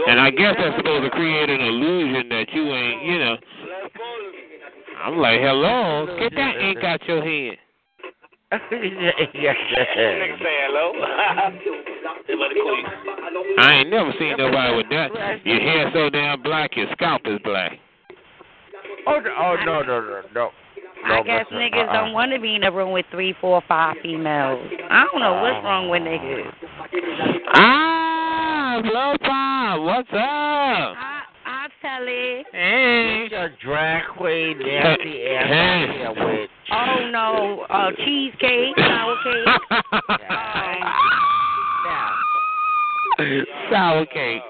S5: And I guess that's supposed to create an illusion that you ain't, you know. I'm like, hello, get that ink out your head.
S2: yes,
S4: Nigga say hello. They let it cool you.
S5: I ain't never seen nobody with that. Your hair so damn black, your scalp is black.
S2: Oh, no, oh no, no, no, no.
S9: I
S2: No,
S9: guess
S2: best friend,
S9: niggas
S2: uh-uh.
S9: don't want to be in a room with three, four, five females. I don't know
S2: Uh-uh.
S9: what's wrong with niggas.
S5: Ah, blow pop, what's up?
S9: I, I tell it.
S5: Hey.
S2: Get your drag queen nasty ass out here with.
S9: Oh no, uh, cheesecake, sour cake.
S2: Now,
S5: Sour cake.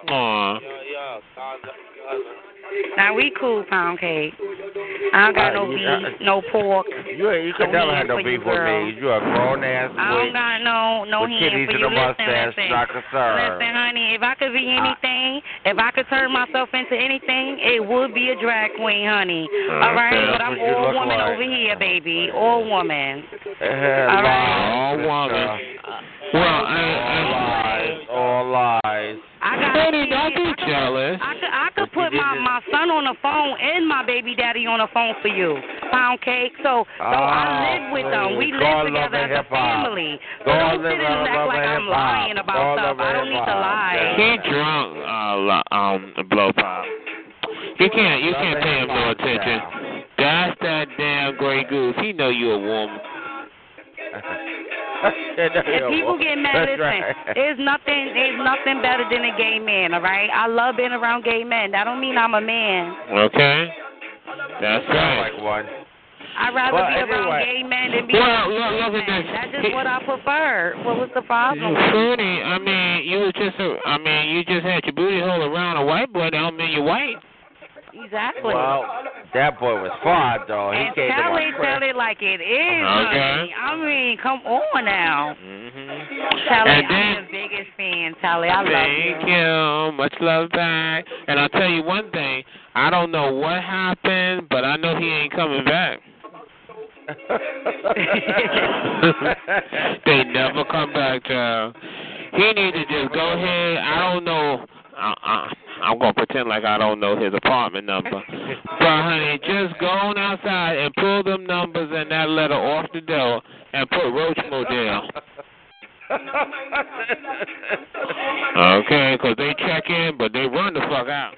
S4: Yo,
S5: Aw.
S4: yo, cars up, cars up.
S9: Now we cool pound cake. I don't got no
S2: Uh, yeah.
S9: beef, no pork.
S2: you you could
S9: Don't
S2: never
S9: need
S2: have no
S9: for you,
S2: beef with
S9: girl.
S2: me. You a grown ass
S9: I don't
S2: witch
S9: got no no
S2: with
S9: hand
S2: titties and
S9: for
S2: a
S9: you. Listen,
S2: mustache,
S9: listen.
S2: like a sir.
S9: Listen, honey, if I could be
S2: Uh.
S9: anything, if I could turn myself into anything, it would be a drag queen, honey. All right,
S5: Okay,
S9: but I'm
S2: that's what you
S9: all
S2: look
S9: woman
S2: like.
S9: over here, baby. All woman.
S2: All
S5: All woman. Well, I,
S2: Lies, all lies.
S9: I
S5: I,
S9: got
S5: Honey,
S9: kids.
S5: don't
S9: I
S5: be
S9: could-
S5: jealous.
S9: I could I could put my my son on the phone and my baby daddy on the phone for you. Pound cake. So so
S2: Ah,
S9: I live with them. We
S2: Oh,
S9: live
S2: God
S9: together
S2: love
S9: as a
S2: hip-hop.
S9: family. So
S2: God love
S9: don't sit and act
S2: hip-hop.
S9: like I'm lying about
S2: God
S9: stuff.
S2: love
S9: I don't need to
S2: hip-hop.
S9: lie.
S5: He drunk, uh, lo- um, blow pop. You can't, you can't pay him no attention. That's that damn gray goose. He know you a woman.
S9: If people get mad,
S2: That's
S9: listen.
S2: right.
S9: There's nothing. There's nothing better than a gay man. All right. I love being around gay men. That don't mean I'm a man.
S5: Okay? That's
S2: Sound
S5: right.
S2: like one.
S9: I'd rather
S2: Well,
S9: be around
S2: anyway.
S9: gay men than be
S5: Well,
S9: around
S5: look-
S9: gay
S5: look at
S9: men.
S5: this.
S9: That's just what I prefer. What was the problem?
S5: Fruity, I mean, you was just a, I mean, you just had your booty hole around a white boy. That don't mean you're white.
S9: Exactly.
S2: Well, that boy was five though. Oh, He
S9: and
S2: came to
S9: tell
S2: my
S9: it, tell it like it is, honey.
S5: Okay.
S9: I mean, come on now.
S5: Mm-hmm.
S9: Tell it,
S5: And
S9: I'm
S5: then-
S9: the biggest fan, Tell it. I
S5: Thank
S9: love you.
S5: you. Much love back. And I'll tell you one thing. I don't know what happened, but I know he ain't coming back. they never come back, child. He need to just go ahead. I don't know. I, I, I'm gonna pretend like I don't know his apartment number. But honey, just go on outside and pull them numbers and that letter off the door and put Roach Modell. Okay, 'cause they check in, but they run the fuck out.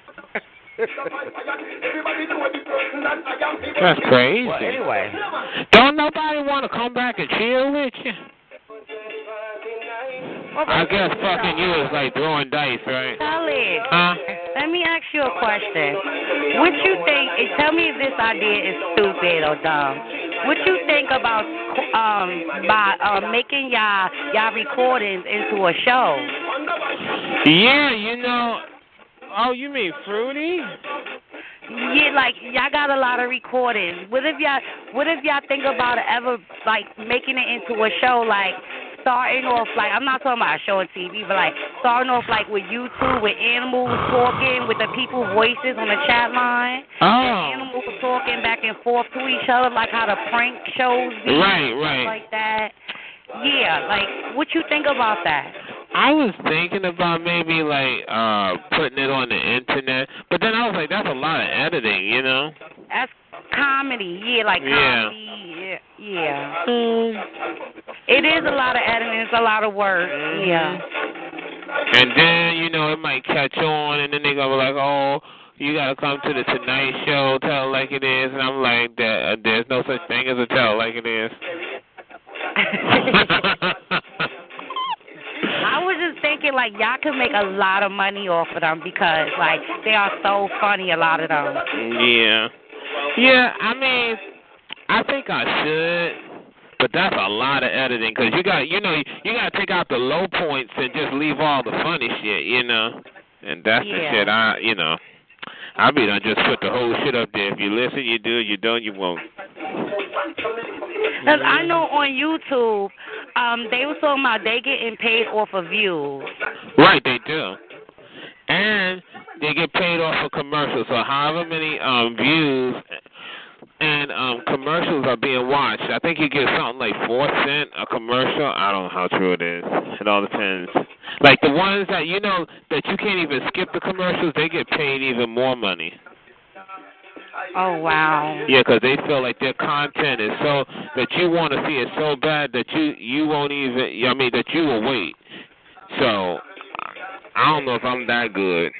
S5: That's crazy.
S2: well, anyway,
S5: Don't nobody want to come back and chill with you? I guess fucking you is like throwing dice, right?
S9: Tell it.
S5: Huh?
S9: Let me ask you a question. What you think? And tell me if this idea is stupid or dumb. What you think about um by uh, making y'all y'all recordings into a show?
S5: Yeah, you know. Oh, you mean fruity?
S9: Yeah, like y'all got a lot of recordings. What if y'all What if y'all think about ever like making it into a show? Like starting off like I'm not talking about a show on TV, but like starting off like with YouTube, with animals talking, with the people voices on the chat line,
S5: Oh.
S9: and animals talking back and forth to each other, like how the prank shows be,
S5: Right,
S9: stuff
S5: right.
S9: like that. Yeah, like what you think about that?
S5: I was thinking about maybe like uh putting it on the internet, but then I was like, that's a lot of editing, you know.
S9: That's comedy, yeah, like
S5: Yeah.
S9: comedy, yeah, yeah. It is a lot of editing, it's a lot of work, yeah.
S5: And then you know it might catch on, and then they gonna be like, oh, you gotta come to the Tonight Show, tell it like it is, and I'm like, that there's no such thing as a tell it like it is.
S9: I was just thinking, like, y'all could make a lot of money off of them because, like, they are so funny, a lot of them.
S5: yeah, yeah. I mean, I think I should, but that's a lot of editing because you got, you know, you gotta take out the low points and just leave all the funny shit, you know. And that's
S9: Yeah.
S5: the shit I, you know. I be done just put the whole shit up there. If you listen, you do. You don't, you won't.
S9: 'Cause I know on YouTube, um, they were talking about they getting paid off of views.
S5: Right, they do. And they get paid off of commercials. So however many um views and um commercials are being watched. I think you get something like four cent a commercial. I don't know how true it is. It all depends. Like the ones that you know that you can't even skip the commercials, they get paid even more money.
S9: Oh, wow.
S5: Yeah, 'cause they feel like their content is so that you want to see it so bad that you you won't even. I mean that you will wait. So I don't know if I'm that good,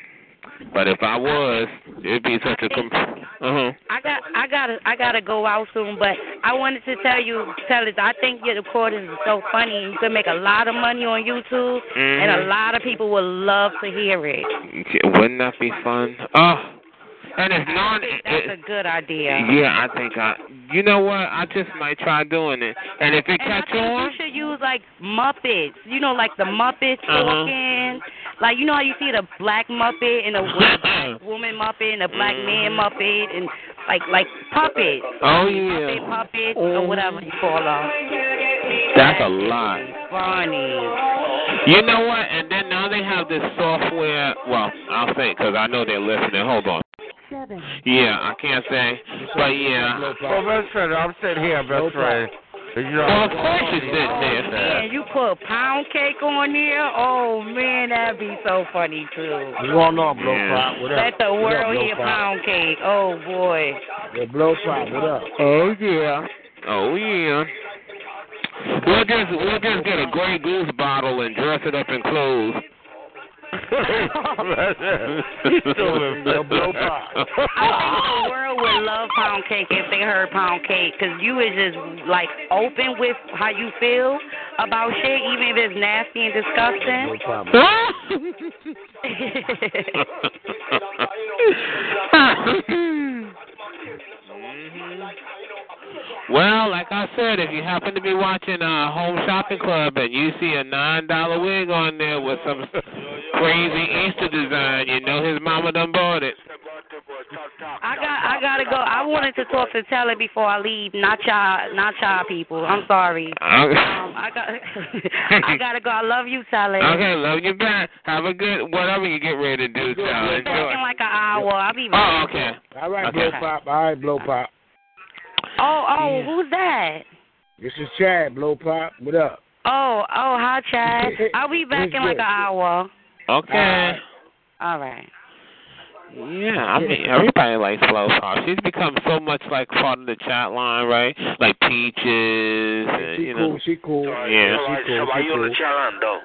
S5: but if I was, it'd be such a. Com- uh huh.
S9: I got, I gotta, I gotta go out soon, but I wanted to tell you, tell it. I think your recordings are so funny. You could make a lot of money on YouTube,
S5: Mm-hmm.
S9: and a lot of people would love to hear it.
S5: Wouldn't that be fun? Oh, and it's
S9: I
S5: non.
S9: think that's a good idea.
S5: yeah, I think I. You know what? I just might try doing it, and if it
S9: And I
S5: catch
S9: think
S5: on,
S9: you should use like Muppets. You know, like the Muppets
S5: Uh-huh.
S9: talking. Like you know how you see the black Muppet and the wo- black woman Muppet and the black
S5: Mm-hmm.
S9: man Muppet and like like puppets.
S5: Oh,
S9: Muppet
S5: yeah. Oh.
S9: puppets or whatever you call them.
S5: that's a lot.
S9: Funny.
S5: You know what? And then now they have this software. Well, I'll say because I know they're listening. Hold on. Yeah, I can't say, but yeah.
S2: Well, best friend, I'm sitting here, best friend. You know,
S5: Well, of course you did there.
S9: Man, you put pound cake on there. Oh man, that'd be so funny too.
S3: What's going on, Blow
S5: Yeah.
S3: Pop? What up?
S9: Let the
S3: What up,
S9: world
S3: Blow
S9: hear
S3: Pop?
S9: pound cake. Oh boy.
S3: Yeah, Blow Pop, what up?
S5: Oh yeah. Oh yeah. We'll just we'll just get a Grey Goose bottle and dress it up in clothes.
S9: I think the world would love pound cake if they heard pound cake, 'cause you is just like open with how you feel about shit, even if it's nasty and
S3: Blow Pop.
S9: disgusting.
S5: Well, like I said, if you happen to be watching uh, Home Shopping Club and you see a nine dollar wig on there with some crazy Easter design, you know his mama done bought it.
S9: I got, I gotta go. I wanted to talk to Teller before I leave. Not y'all, not y'all people. I'm sorry. Um, I got, I gotta go. I love you, Teller.
S5: Okay, love you back. Have a good whatever you get ready to do, child.
S9: Be back
S5: Enjoy.
S9: in like an hour. I'll be back.
S5: Oh, okay.
S3: All right,
S5: Okay.
S3: Blow Pop. All right, Blow Pop.
S9: Oh, oh, who's that?
S3: This is Chad, Blow Pop. What up?
S9: Oh, oh, hi, Chad. I'll be back in like an hour.
S5: Okay.
S9: All right.
S5: Yeah, I mean everybody likes Flo Pop. She's become so much like part of the chat line, right? Like peaches, and,
S3: she
S5: you
S3: cool.
S5: know.
S3: She cool.
S5: Yeah.
S4: So,
S3: She cool.
S4: so why
S3: She
S4: you on
S3: cool.
S4: the challenge though?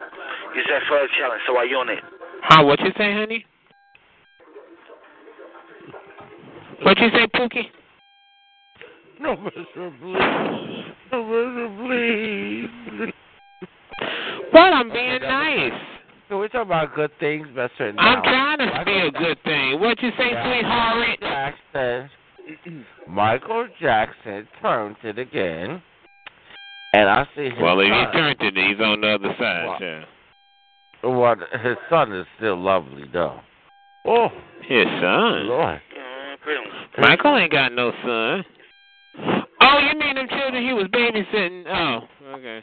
S4: You said first challenge, so why you on it?
S5: Huh? What you say, honey? What you say, Pookie?
S3: No, Mr. Please. No, Mr. Please.
S5: But I'm being nice.
S2: So we're talking about good things, best friend.
S5: I'm trying to be a good thing. What you say, sweetheart?
S2: Jackson. Michael Jackson turns it again, and I see his
S5: Well, if
S2: son.
S5: he turned it, he's on the other side, yeah.
S2: Well, his son is still lovely though. Oh,
S5: His son.
S2: Lord.
S5: Michael ain't got no son. Oh, you mean them children he was babysitting? Oh, okay.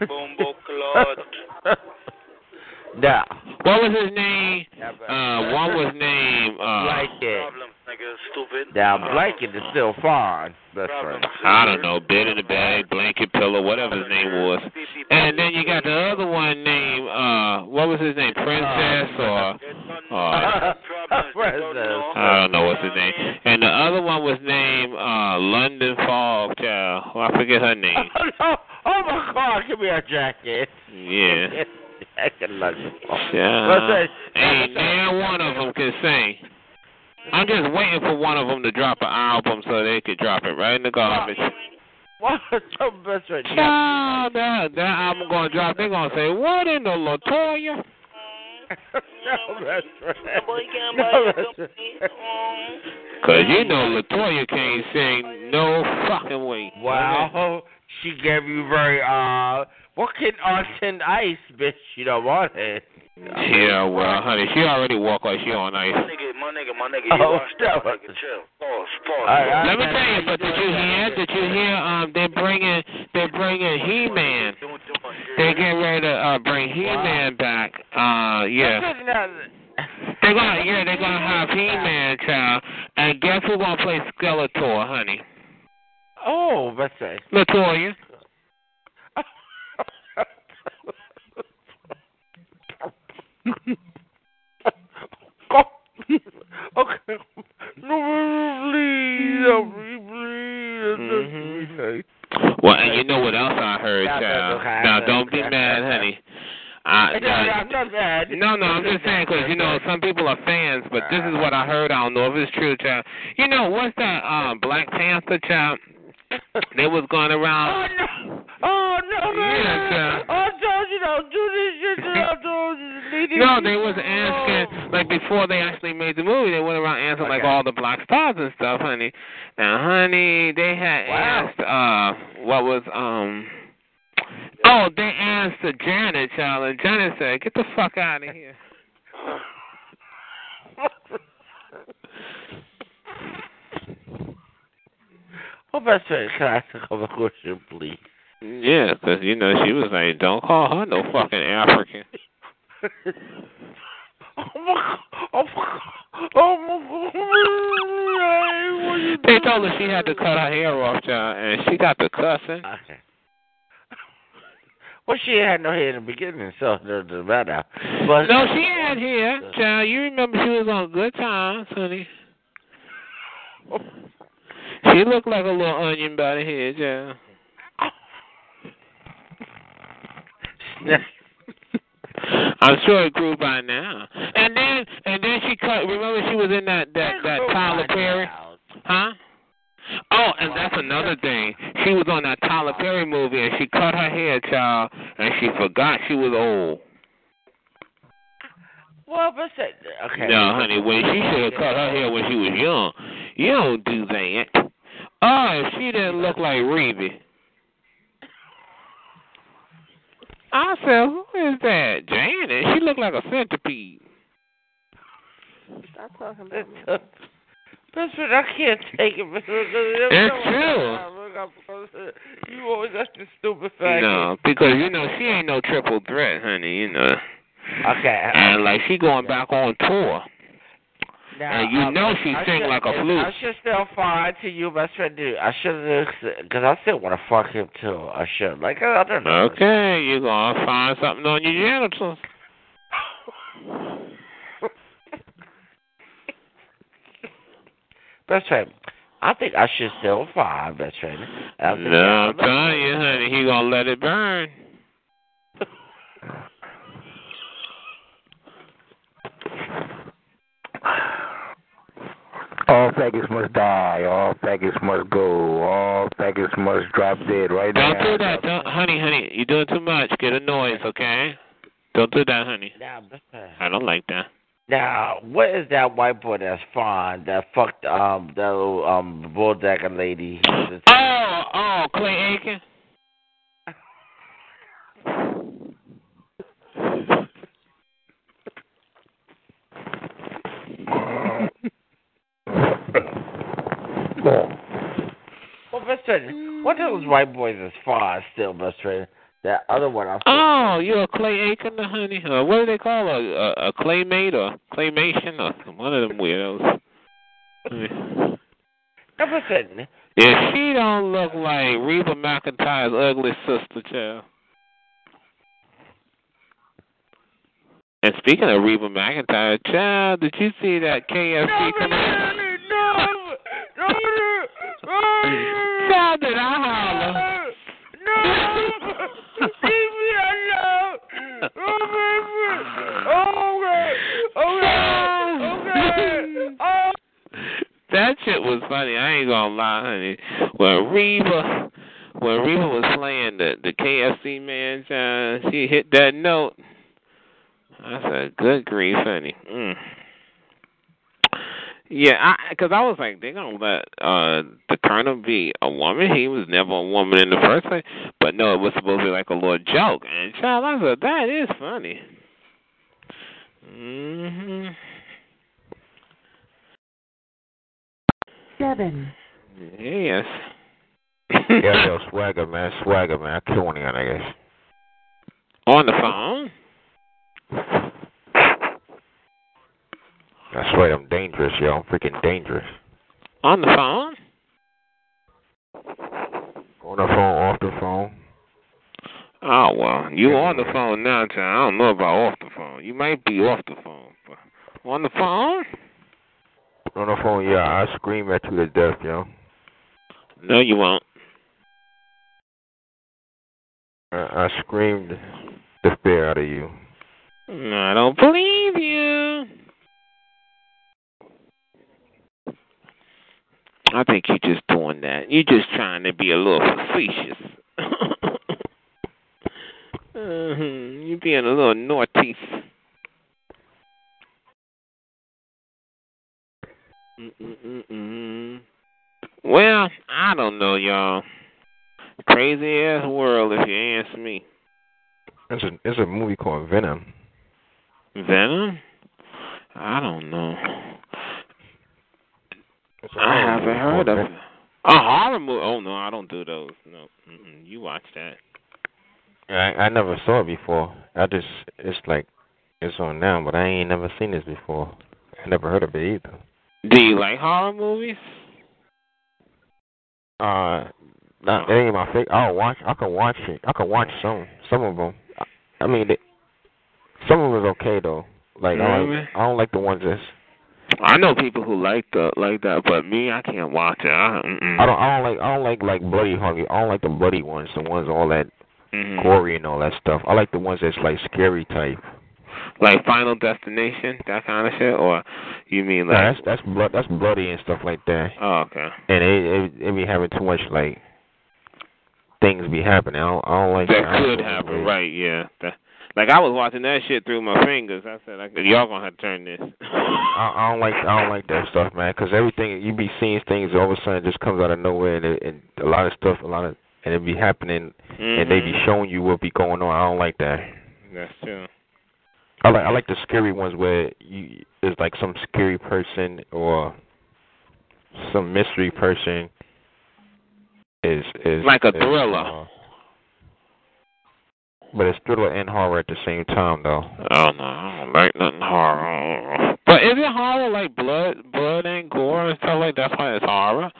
S4: Bumbo Claude.
S2: now,
S5: What was his name? Uh, one was named. Uh,
S2: blanket.
S4: Problems, nigga. Stupid.
S2: Now, blanket is still fine, best friend.
S4: Problems.
S5: I don't know, bed in the bag, blanket, pillow, whatever his name was. And then you got the other one named. Uh, what was his name? Princess or? Uh, I don't know what's his name. And the other one was named uh, London Fog Child. Oh, I forget her name.
S2: Oh, no. oh my God! Give me a jacket.
S5: Yeah.
S2: Jacket, love you.
S5: Yeah.
S2: Let's say-
S5: Ain't now one of them can sing. I'm just waiting for one of them to drop an album so they could drop it right in the garbage.
S2: What is your best friend?
S5: Child, that, that album gonna drop. They gonna say, "What in the Latoya?"
S2: No, best friend.
S4: Boy can't buy
S2: No,
S4: your
S2: best friend.
S4: company. Mm.
S5: Cause you know Latoya can't sing no fucking way.
S2: Wow, she gave you very uh. What can Austin Ice, bitch? You don't want it.
S5: Yeah, well, honey, she already walk like she on ice.
S4: Nigga, my nigga, my
S2: Oh,
S4: nigga, you watch
S2: that
S4: that, nigga,
S2: was-
S4: chill. Pause, pause.
S2: Alright, alright.
S5: Let me tell you, but did you hear? Did you hear? Um, they bringing they bringing He-Man.
S4: Don't do my shit.
S5: They getting ready to uh, bring He-Man back. Uh, yeah.
S2: That's another-
S5: They're gonna yeah, they're gonna have He Man child. And guess who's gonna play Skeletor, honey?
S2: Oh, best friend.
S5: Latoya.
S2: okay. No, please,
S5: Hmm.
S2: help me, please.
S5: Mhm. Well and you know what else I heard,
S2: Yeah, that's
S5: child.
S2: okay.
S5: Now don't be mad, honey.
S2: No,
S5: I, now,
S2: I'm not mad.
S5: No, no, I'm just saying 'cause you know some people are fans, but this is what I heard. I don't know if it's true, child. You know what's that um, Black Panther child? They was going
S2: Oh
S5: around.
S2: no! Oh no!
S5: Yeah,
S2: man.
S5: child.
S2: I told you don't do this shit. I told you to leave
S5: Oh, No,
S2: it.
S5: they was asking like before they actually made the movie. They went around asking like
S2: Okay.
S5: all the black stars and stuff, honey. Now, honey, they had
S2: Wow.
S5: asked uh what was um. Oh, they asked the Janet child, and Janet said, "Get the fuck out of here."
S2: Oh, best friend, can I ask a couple questions, please?
S5: Yeah, 'cause you know she was like, "Don't call her no fucking African."
S2: Oh my god! Oh my god! Oh my god! What you
S5: They
S2: doing?
S5: told her she had to cut her hair off, child, and she got to cussing.
S2: Okay. Well, she had no hair in the beginning, so it doesn't matter. But
S5: No, she had hair, child. You remember she was on Good Times, honey. She looked like a little onion by the head, child. I'm sure it grew by now. And then, and then she cut. Remember, she was in that that that Tyler Perry, huh? Oh, and that's another thing. She was on that Tyler Perry movie, and she cut her hair, child, and she forgot she was old.
S2: Well, but say, okay.
S5: No, honey, when she should have cut her hair when she was young. You don't do that. Oh, if she didn't look like Reeby. I said, who is that? Janet. She looked like a centipede.
S7: Stop talking about me.
S2: That's what I can't take it. It's true. You always ask the stupid fact.
S5: No, because you know she ain't no triple threat, honey. You know,
S2: Okay. uh,
S5: and like she going back on tour.
S2: Now,
S5: and you
S2: I-
S5: know she
S2: I
S5: sing
S2: should-
S5: like a flute.
S2: I should still fine to you, best friend. Dude, I should because I still want to fuck him too. I should. Like I don't know.
S5: Okay, you gonna find something on your genitals.
S2: Best friend, I think I should still fine, best friend. I think-
S5: No, I'm telling you, honey, he gonna let it burn.
S10: All faggots must die. All faggots must go. All faggots must drop dead right
S5: Don't
S10: now.
S5: do that, don't, honey, honey. You're doing too much. Get a noise, okay? Don't do that, honey.
S3: Now, listen.
S5: I don't like that.
S3: Now, what is that white boy that's fine that fucked um that little um bulldagger lady?
S5: Oh, oh, Clay Aiken.
S3: Well, Miss Trader, what of those white boys is fine still, Miss Trader? That other one I
S5: Oh, you a Clay Aiken, the honey? Uh, what do they call a a, a claymate or claymation or some- one of them weirdos?
S3: No, listen,
S5: Yeah, she don't look like Reba McIntyre's ugly sister, child. And speaking of Reba McIntyre, child, did you see that KFC commercial? Child, did I holler? That shit was funny. I ain't gonna lie, honey. When Reba, when Reba was playing the the KFC man, John, she hit that note. I said, "Good grief, honey." Mm. Yeah, I because I was like, they're gonna let uh the colonel be a woman. He was never a woman in the first place, but no, it was supposed to be like a little joke. And child, I said, that is funny. Mhm.
S9: Seven.
S5: Yes.
S2: yeah, yo, swagger, man, swagger, man. I kill one of y'all niggas.
S5: On the phone.
S2: I swear I'm dangerous, yo. I'm freaking dangerous.
S5: On the phone.
S2: On the phone, off the phone.
S5: Oh well, you on the phone now, child. I don't know about off the phone. You might be off the phone, but on the phone?
S2: On the phone, yeah, I scream at you to death, yo.
S5: No, you won't.
S2: I, I screamed the fear out of you.
S5: No, I don't believe you. I think you're just doing that. You're just trying to be a little facetious. Mhm, you're being a little naughty. Mm-mm-mm-mm. Well, I don't know, y'all. Crazy ass world, if you ask me.
S2: It's a it's a movie called Venom.
S5: Venom? I don't know.
S2: It's a
S5: I
S2: horror
S5: haven't
S2: movie
S5: heard
S2: called
S5: of it.
S2: Ven-
S5: A horror movie? Oh no, I don't do those. No, Mm-mm. you watch that.
S2: I I never saw it before. I just it's like it's on now, but I ain't never seen this before. I never heard of it either.
S5: Do you like horror movies?
S2: Uh, nah, it ain't my favorite. I'll watch. I can watch it. I can watch some some of them. I, I mean, it, some of them is okay though. Like I,
S5: Really?
S2: like, I don't like the ones that's.
S5: I know people who like the like that, but me, I can't watch it. I, mm-mm.
S2: I don't. I don't like. I don't like like bloody hungry. I don't like the bloody ones. The ones all that
S5: Mhm.
S2: gory and all that stuff. I like the ones that's like scary type.
S5: Like Final Destination, that kind of shit, or you mean
S2: Nah,
S5: like?
S2: that's that's blood. That's bloody and stuff like that.
S5: Oh, okay.
S2: and it, it it be having too much like things be happening. I don't, I don't like
S5: That
S2: I don't
S5: could
S2: like
S5: happen,
S2: it.
S5: right? Yeah. That, like I was watching that shit through my fingers. I said, I, "Y'all gonna have to turn this."
S2: I, I don't like I don't like that stuff, man. Because everything you be seeing things all of a sudden just comes out of nowhere, and, it, and a lot of stuff, a lot of and it be happening, and they be
S5: Mhm.
S2: showing you what be going on. I don't like that.
S5: That's true.
S2: I like I like the scary ones where you it's like some scary person or some mystery person is is
S5: Like a
S2: is,
S5: thriller.
S2: uh, but it's thriller and horror at the same time though.
S5: Oh no, I don't like nothing horror. But is it horror like blood, blood and gore and stuff like that? That's why it's horror.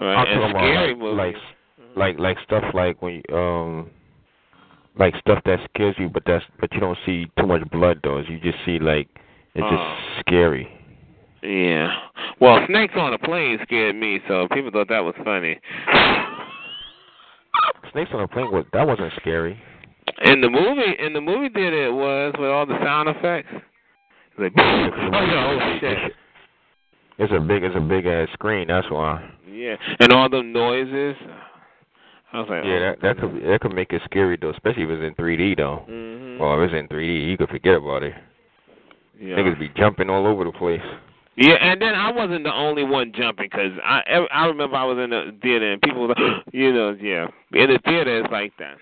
S5: Right?
S2: I'm talking
S5: And
S2: about,
S5: scary
S2: like,
S5: movies.
S2: Like like stuff like when you, um like stuff that scares you, but that's but you don't see too much blood though. You just see like it's
S5: Oh.
S2: just scary.
S5: yeah. Well, snakes on a plane scared me, so people thought that was funny.
S2: Snakes on a plane was that wasn't scary.
S5: In the movie, in the movie theater, it was with all the sound effects. It's Like, oh no, oh, shit.
S2: It's a big it's a big ass screen. That's why.
S5: Yeah, and all the noises. I was like,
S2: Yeah, that that could be, that could make it scary though, especially if it's in 3D though.
S5: hmm
S2: Well, if it's in 3D, you could forget about it.
S5: Yeah.
S2: Niggas be jumping all over the place.
S5: Yeah, and then I wasn't the only one jumping because I ev- I remember I was in the theater and people were like, you know, yeah, in the theater it's like that,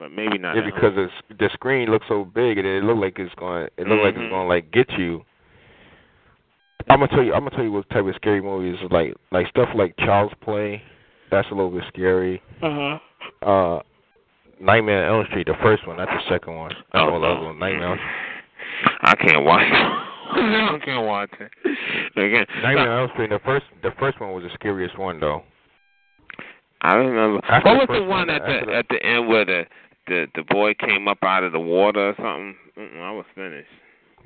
S5: but maybe not.
S2: yeah,
S5: at
S2: because
S5: home.
S2: it's, the screen looks so big, and it look like it's going. It look like
S5: Mhm.
S2: it's going to like get you. I'm gonna tell you. I'm gonna tell you what type of scary movies like like stuff like Child's Play. That's a little bit scary.
S5: Uh-huh.
S2: Uh, Nightmare on Elm Street, the first one, not the second one. I
S5: Oh,
S2: don't
S5: no.
S2: love them. Nightmare. on-
S5: I can't watch. I can't watch it. Again,
S2: Nightmare on Elm Street. The first, the first one was the scariest one though.
S5: I remember.
S2: That's
S5: what
S2: the
S5: was the
S2: first
S5: one
S2: one,
S5: at
S2: that's
S5: the
S2: the-
S5: at the end where the the the boy came up out of the water or something? Mm-mm, I was finished.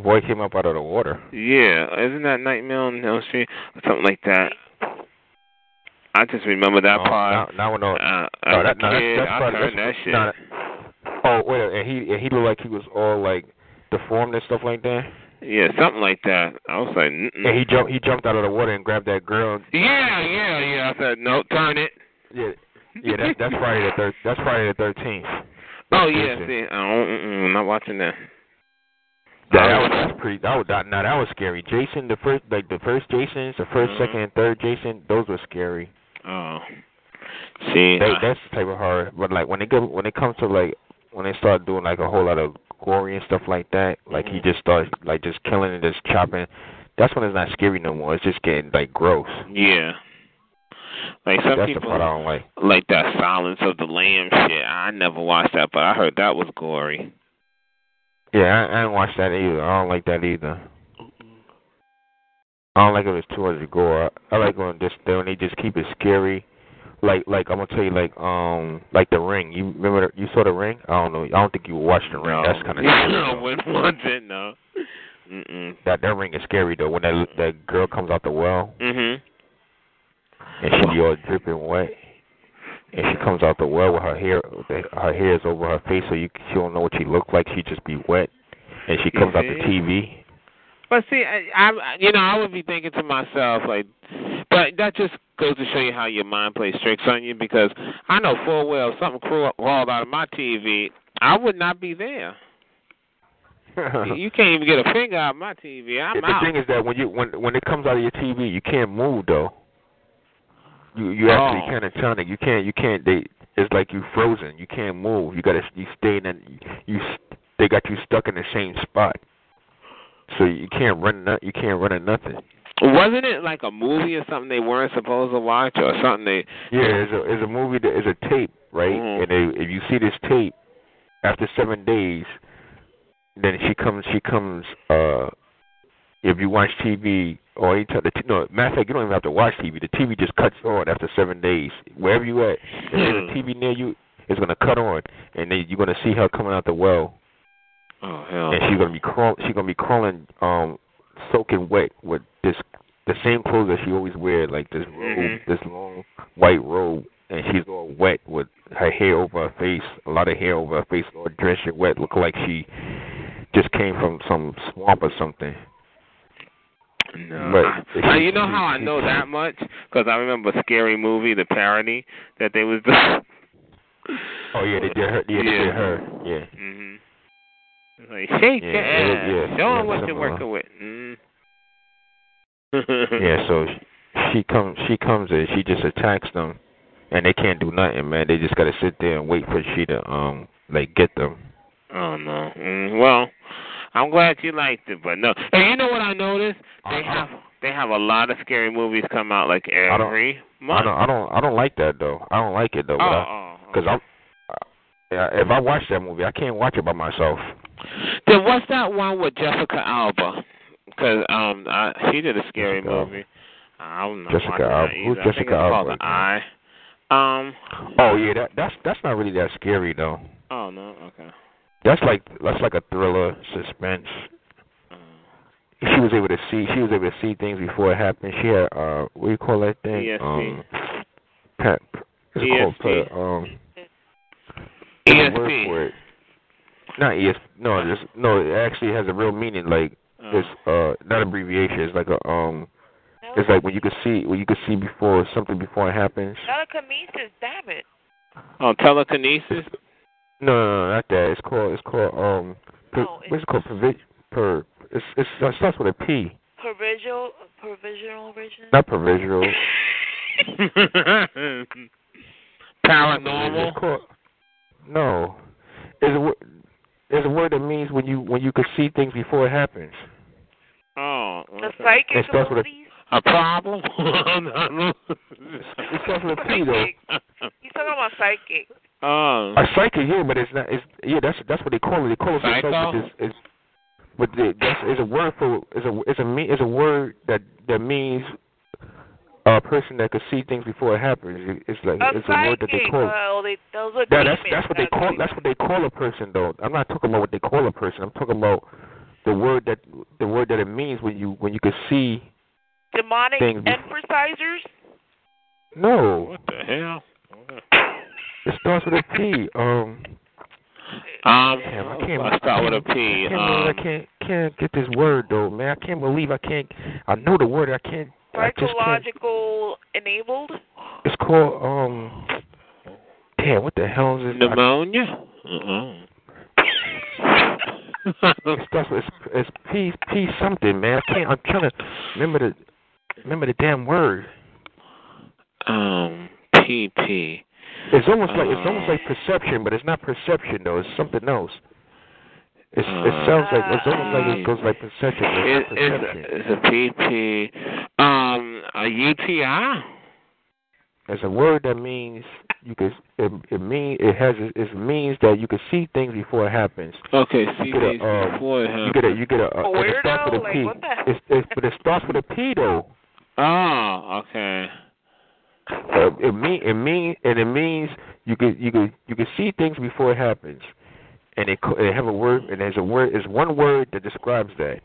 S2: Boy came up out of the water.
S5: Yeah, isn't that Nightmare on Elm Street or something like that? I just remember that
S2: No,
S5: part.
S2: no, no, no.
S5: Uh, as
S2: No,
S5: a
S2: that- no, that's-
S5: kid,
S2: that's
S5: I
S2: part of-
S5: turned that
S2: that's-
S5: shit.
S2: no, Oh wait, a- and he and he looked like he was all like deformed and stuff like that.
S5: Yeah, something like that. I was like,
S2: And
S5: Mm-mm.
S2: he jumped he jumped out of the water and grabbed that girl.
S5: yeah, yeah, yeah. I said, no, turn it.
S2: Yeah, yeah, that, that's Friday the thir- that's Friday the thirteenth.
S5: Oh yeah, see, I don't, mm-mm, I'm not watching that.
S2: Yeah, that was that's pretty. That was that. Now that was scary. Jason, the first like the first Jasons, the 1st
S5: Mhm.
S2: second, and third Jason, those were scary.
S5: Oh, see,
S2: That,
S5: I-
S2: that's the type of horror. But like when it go when it comes to like when they start doing like a whole lot of gory and stuff like that, like he
S5: Mhm.
S2: just starts like just killing and just chopping. That's when it's not scary no more. It's just getting like gross.
S5: yeah. Like some
S2: that's the
S5: people
S2: part I don't like.
S5: like that Silence of the Lamb shit. I never watched that, but I heard that was gory.
S2: Yeah, I, I didn't watch that either. I don't like that either.
S5: Mm-hmm.
S2: I don't like it when it's too much to go. I like when just when they just keep it scary. Like like I'm gonna tell you like um like the ring. You remember the, you saw the ring? I don't know. I don't think you watched the ring. That's kind of scary.
S5: no,
S2: though.
S5: wouldn't want it. No. Mm-mm.
S2: That that ring is scary though. When that that girl comes out the well
S5: Mhm.
S2: and she be all dripping wet, and she comes out the well with her hair her hair is over her face, so you she don't know what she looked like. She just be wet, and she comes out the
S5: see?
S2: TV.
S5: But see, I, I, you know, I would be thinking to myself like, but that just goes to show you how your mind plays tricks on you. Because I know full well if something craw- crawled out of my TV, I would not be there. you can't even get a finger out of my TV. I'm
S2: the
S5: out.
S2: thing is that when you when when it comes out of your TV, you can't move though. You you actually
S5: Oh.
S2: kind of turn it. You can't you can't they. It's like you frozen. You can't move. You gotta you stay in that you s- they got you stuck in the same spot. So you can't run no- you can't run at nothing.
S5: Wasn't it like a movie or something they weren't supposed to watch or something? They
S2: Yeah, it's a it's a movie that is a tape right,
S5: Mhm.
S2: and they, if you see this tape after seven days, then she comes she comes uh if you watch TV or any type of t- no matter of fact you don't even have to watch TV. The TV just cuts on after seven days. Wherever you at, if there's
S5: Hmm.
S2: a TV near you, it's gonna cut on, and then you're gonna see her coming out the well,
S5: oh hell.
S2: and she's gonna be crawl she's gonna be crawling um soaking wet with this the same clothes that she always wear like this robe,
S5: Mhm.
S2: this long white robe. And she's all wet with her hair over her face, a lot of hair over her face, all drenched in wet, look like she just came from some swamp or something.
S5: No.
S2: But-
S5: Uh, you know how I know that much? Because I remember Scary Movie, the parody that they was doing.
S2: Oh yeah, they did her. Yeah, they did her. Yeah.
S5: Mhm. It's Like shake
S2: Yeah,
S5: your
S2: it-
S5: ass,
S2: yeah,
S5: show
S2: yeah,
S5: 'em what you're
S2: similar.
S5: working with. Mm. Mm-hmm.
S2: Yeah. So she- she comes. She comes and she just attacks them, and they can't do nothing, man. They just gotta sit there and wait for she to um like get them.
S5: Oh no. Mm, well, I'm glad you liked it, but no. Hey, you know what I noticed? They
S2: I- I
S5: have
S2: don't-
S5: they have a lot of scary movies come out like
S2: uh. I don't-
S5: every
S2: I
S5: month.
S2: don't. I don't. I don't like that though. I don't like it though.
S5: oh,
S2: Because
S5: oh, oh.
S2: I'm. I- yeah, if I watch that movie, I can't watch it by myself.
S5: Then what's that one with Jessica Alba? Because um, I, she did a scary
S2: Jessica Alba.
S5: movie. I'm not
S2: Jessica
S5: watching that
S2: Alba. Who's
S5: either. I think
S2: Jessica
S5: it's called
S2: Alba?
S5: The Eye. Um.
S2: Oh yeah, that that's that's not really that scary though.
S5: Oh no. Okay.
S2: That's like that's like a thriller suspense.
S5: Uh,
S2: She was able to see. She was able to see things before it happened. She had uh, what do you call that thing?
S5: ESP.
S2: Um, pep. It's
S5: ESP.
S2: called pep. Um,
S5: E
S2: there's a word for
S5: ESP.
S2: it. Not ESP. No, just no. It actually has a real meaning. Like
S5: Uh,
S2: it's uh, not abbreviation. It's like a um. It's like when you could see when you could see before something before it happens.
S9: Telekinesis, damn it.
S5: oh, telekinesis.
S2: No, no, no, not that. It's called. It's called. Um. Per, what's it called? Provi- per. It's. It's. It starts with a P.
S9: Provisional, provisional origin.
S2: Not provisional.
S5: Paranormal.
S2: It's called, no. It's a. wo- It's a word that means when you when you can see things before it happens.
S5: Oh.
S9: The
S5: okay.
S9: psychic
S2: It starts with a-
S9: abilities.
S5: A problem?
S2: It starts with a P though.
S9: He's talking about psychic.
S5: Oh.
S2: A psychic, yeah, but it's not. It's yeah. That's that's what they call it. They call it
S5: Psycho?
S2: something, But it's, it's, but the, that's it's a word for it's a it's a me- it's a word that that means a person that could see things before it happens. It- It's like
S9: A
S2: it's a word that
S9: psychic. uh,
S2: they call.
S9: Well, they, those are
S2: Yeah, that's
S9: demons.
S2: that's what they
S9: uh,
S2: call that's what they call a person though. I'm not talking about what they call a person. I'm talking about the word that the word that it means when you when you could see.
S9: demonic
S2: things.
S9: emphasizers.
S2: No,
S5: What the hell?
S2: it starts with a P. Um,
S5: Um,
S2: Damn, I can't.
S5: I'll start with a P.
S2: I can't,
S5: Um,
S2: believe I can't can't get this word though, man. I can't believe I can't. I know the word. I can't. I just can't.
S9: Psychological enabled.
S2: It's called um. Damn, what the hell is this? I,
S5: pneumonia? Uh-uh.
S2: it starts with it's P P something, man. I can't. I'm trying to remember the remember the damn word.
S5: um, PP.
S2: It's almost like it's
S5: Uh.
S2: almost like perception, but it's not perception though. It's something else. It's, it
S5: Uh.
S2: sounds like it's almost like it goes like perception. but
S5: It,
S2: it's not
S5: it's,
S2: perception.
S5: it's a PP. Um, a UTI?
S2: It's a word that means you can. It, it mean it has it means that you can see things before it happens.
S5: Okay, see
S2: You get a,
S5: these
S2: um,
S5: before it
S2: You get a you get a,
S9: A
S2: a and it starts with
S9: weirdo?
S2: a P.
S9: Like, what the-
S2: It's, it's, but it starts with a P though.
S5: Oh, okay.
S2: Uh, it mean it mean and it means you could you could you could see things before it happens, and it co- it have a word and there's a word is one word that describes that.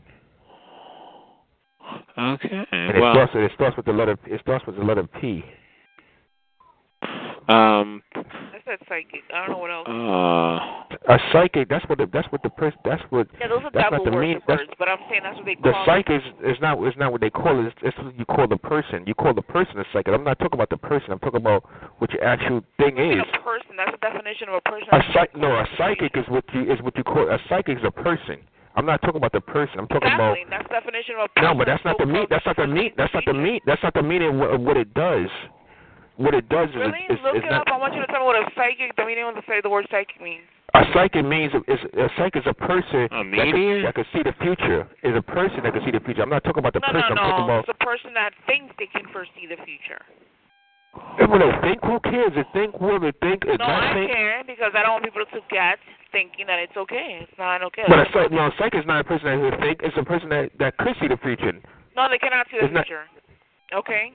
S5: Okay.
S2: And it
S5: Well,
S2: starts it starts with the letter it starts with the letter P.
S5: um,
S9: I said psychic. I don't know what else.
S5: uh,
S2: A psychic. That's what the, that's what the person that's what
S9: Yeah, those are
S2: that's not the
S9: double
S2: mean- that's-
S9: worshippers, but I'm saying that's what they
S2: The
S9: call
S2: psych is, is not is not what they call it. It's, it's what you call the person. You call the person a psychic. I'm not talking about the person. I'm talking about what your actual thing
S9: it.
S2: is.
S9: a person. That's the definition of a person.
S2: A psych no, a psychic is what you is what you call a psychic is a person. I'm not talking about the person. I'm talking about
S9: Exactly. That's the definition of a person.
S2: no, but that's not the meat. That's not the meat. That's not the meat. That's not the meaning of what, of what it does. What it does is
S9: Really?
S2: is,
S9: Look
S2: is
S9: it
S2: not
S9: up. I want you to tell me what a psychic, the meaning of the, the word psychic means.
S2: a psychic means is a psychic is a person
S5: A
S2: that can,
S5: medium?
S2: that can see the future. Is a person that can see the future. I'm not talking about the
S9: no,
S2: person. I'm
S9: no,
S2: talking
S9: no.
S2: about
S9: It's a person that thinks they can foresee the future.
S2: People that think who cares? They think women think and
S9: No,
S2: not
S9: I
S2: think.
S9: care because I don't want people to get thinking that it's okay. It's not okay.
S2: But a psych, no, a psych is not a person that would think. It's a person that that could see the future.
S9: no, they cannot see the
S2: It's not-
S9: future. okay.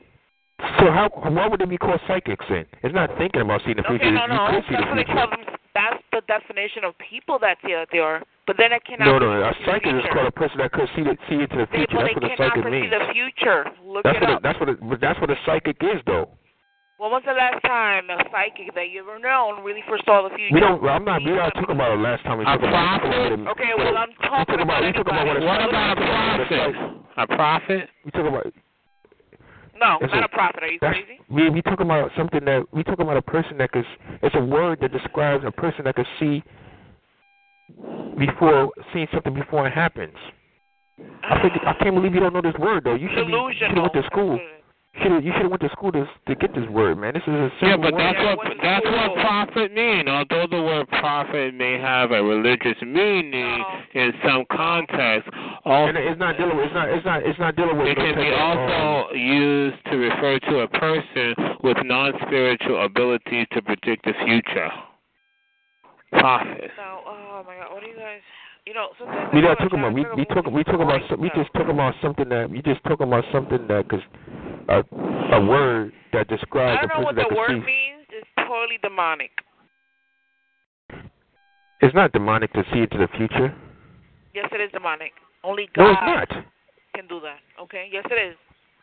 S2: So how why would they be called psychics then? It's not thinking about seeing the future.
S9: Okay, no,
S2: you
S9: no.
S2: could see
S9: That's
S2: the
S9: what they
S2: future.
S9: call them. That's the definition of people that they are. They are. But then I
S2: No,
S9: cannot.
S2: no, a
S9: foresee the
S2: psychic is
S9: future.
S2: called a person that could see the, see into the
S9: They,
S2: future.
S9: well,
S2: that's
S9: they
S2: what a
S9: cannot
S2: psychic
S9: foresee
S2: means.
S9: the future. Look
S2: That's
S9: it
S2: what a,
S9: up.
S2: that's what a, but that's what a psychic is though.
S9: When was the last time a psychic that you ever known really foresaw the future?
S2: We don't. I'm not. We're not talking about it last time we
S5: A
S2: talked about.
S5: prophet?
S2: it.
S9: Okay, well, I'm talking
S2: talking about-
S9: about
S2: we talking about
S9: anybody.
S2: what
S5: what about a prophet? A prophet?
S2: We talk about.
S9: No,
S2: That's
S9: not
S2: it.
S9: a prophet. Are you
S2: That's,
S9: crazy?
S2: we we talking about something that we talking about a person that could. It's a word that describes a person that could see before seeing something before it happens. I think I can't believe you don't know this word though. You should be, you should have
S9: Delusional.
S2: went to school. Should you should have went to school to to get this word, man. This is a simple
S5: Yeah, but
S2: word.
S5: that's
S9: Yeah,
S5: what
S9: what is
S5: that's
S9: the
S5: what
S9: rule?
S5: prophet mean. Although the word prophet may have a religious meaning
S9: No.
S5: in some context, also
S2: And it's not dealing. It's not. It's not. It's not dealing with.
S5: It
S2: no
S5: can be
S2: type of, um,
S5: also used to refer to a person with non spiritual abilities to predict the future. Prophet.
S9: No, oh my God, what do you guys? You know, sometimes
S2: We
S9: I feel
S2: not
S9: like
S2: talking
S9: trying
S2: about
S9: to
S2: we
S9: figure
S2: we
S9: out
S2: talking we
S9: what
S2: talking about
S9: these
S2: some- we
S9: points
S2: just talking about something that we just talking about something that uh, cause a a word that
S9: are. I
S2: describes a
S9: don't know
S2: person
S9: what
S2: that
S9: the
S2: could
S9: word
S2: see.
S9: means. It's totally demonic.
S2: It's not demonic to see into the future.
S9: Yes, it is demonic. Only
S2: No,
S9: God
S2: it's not.
S9: can do that. Okay. Yes, it is.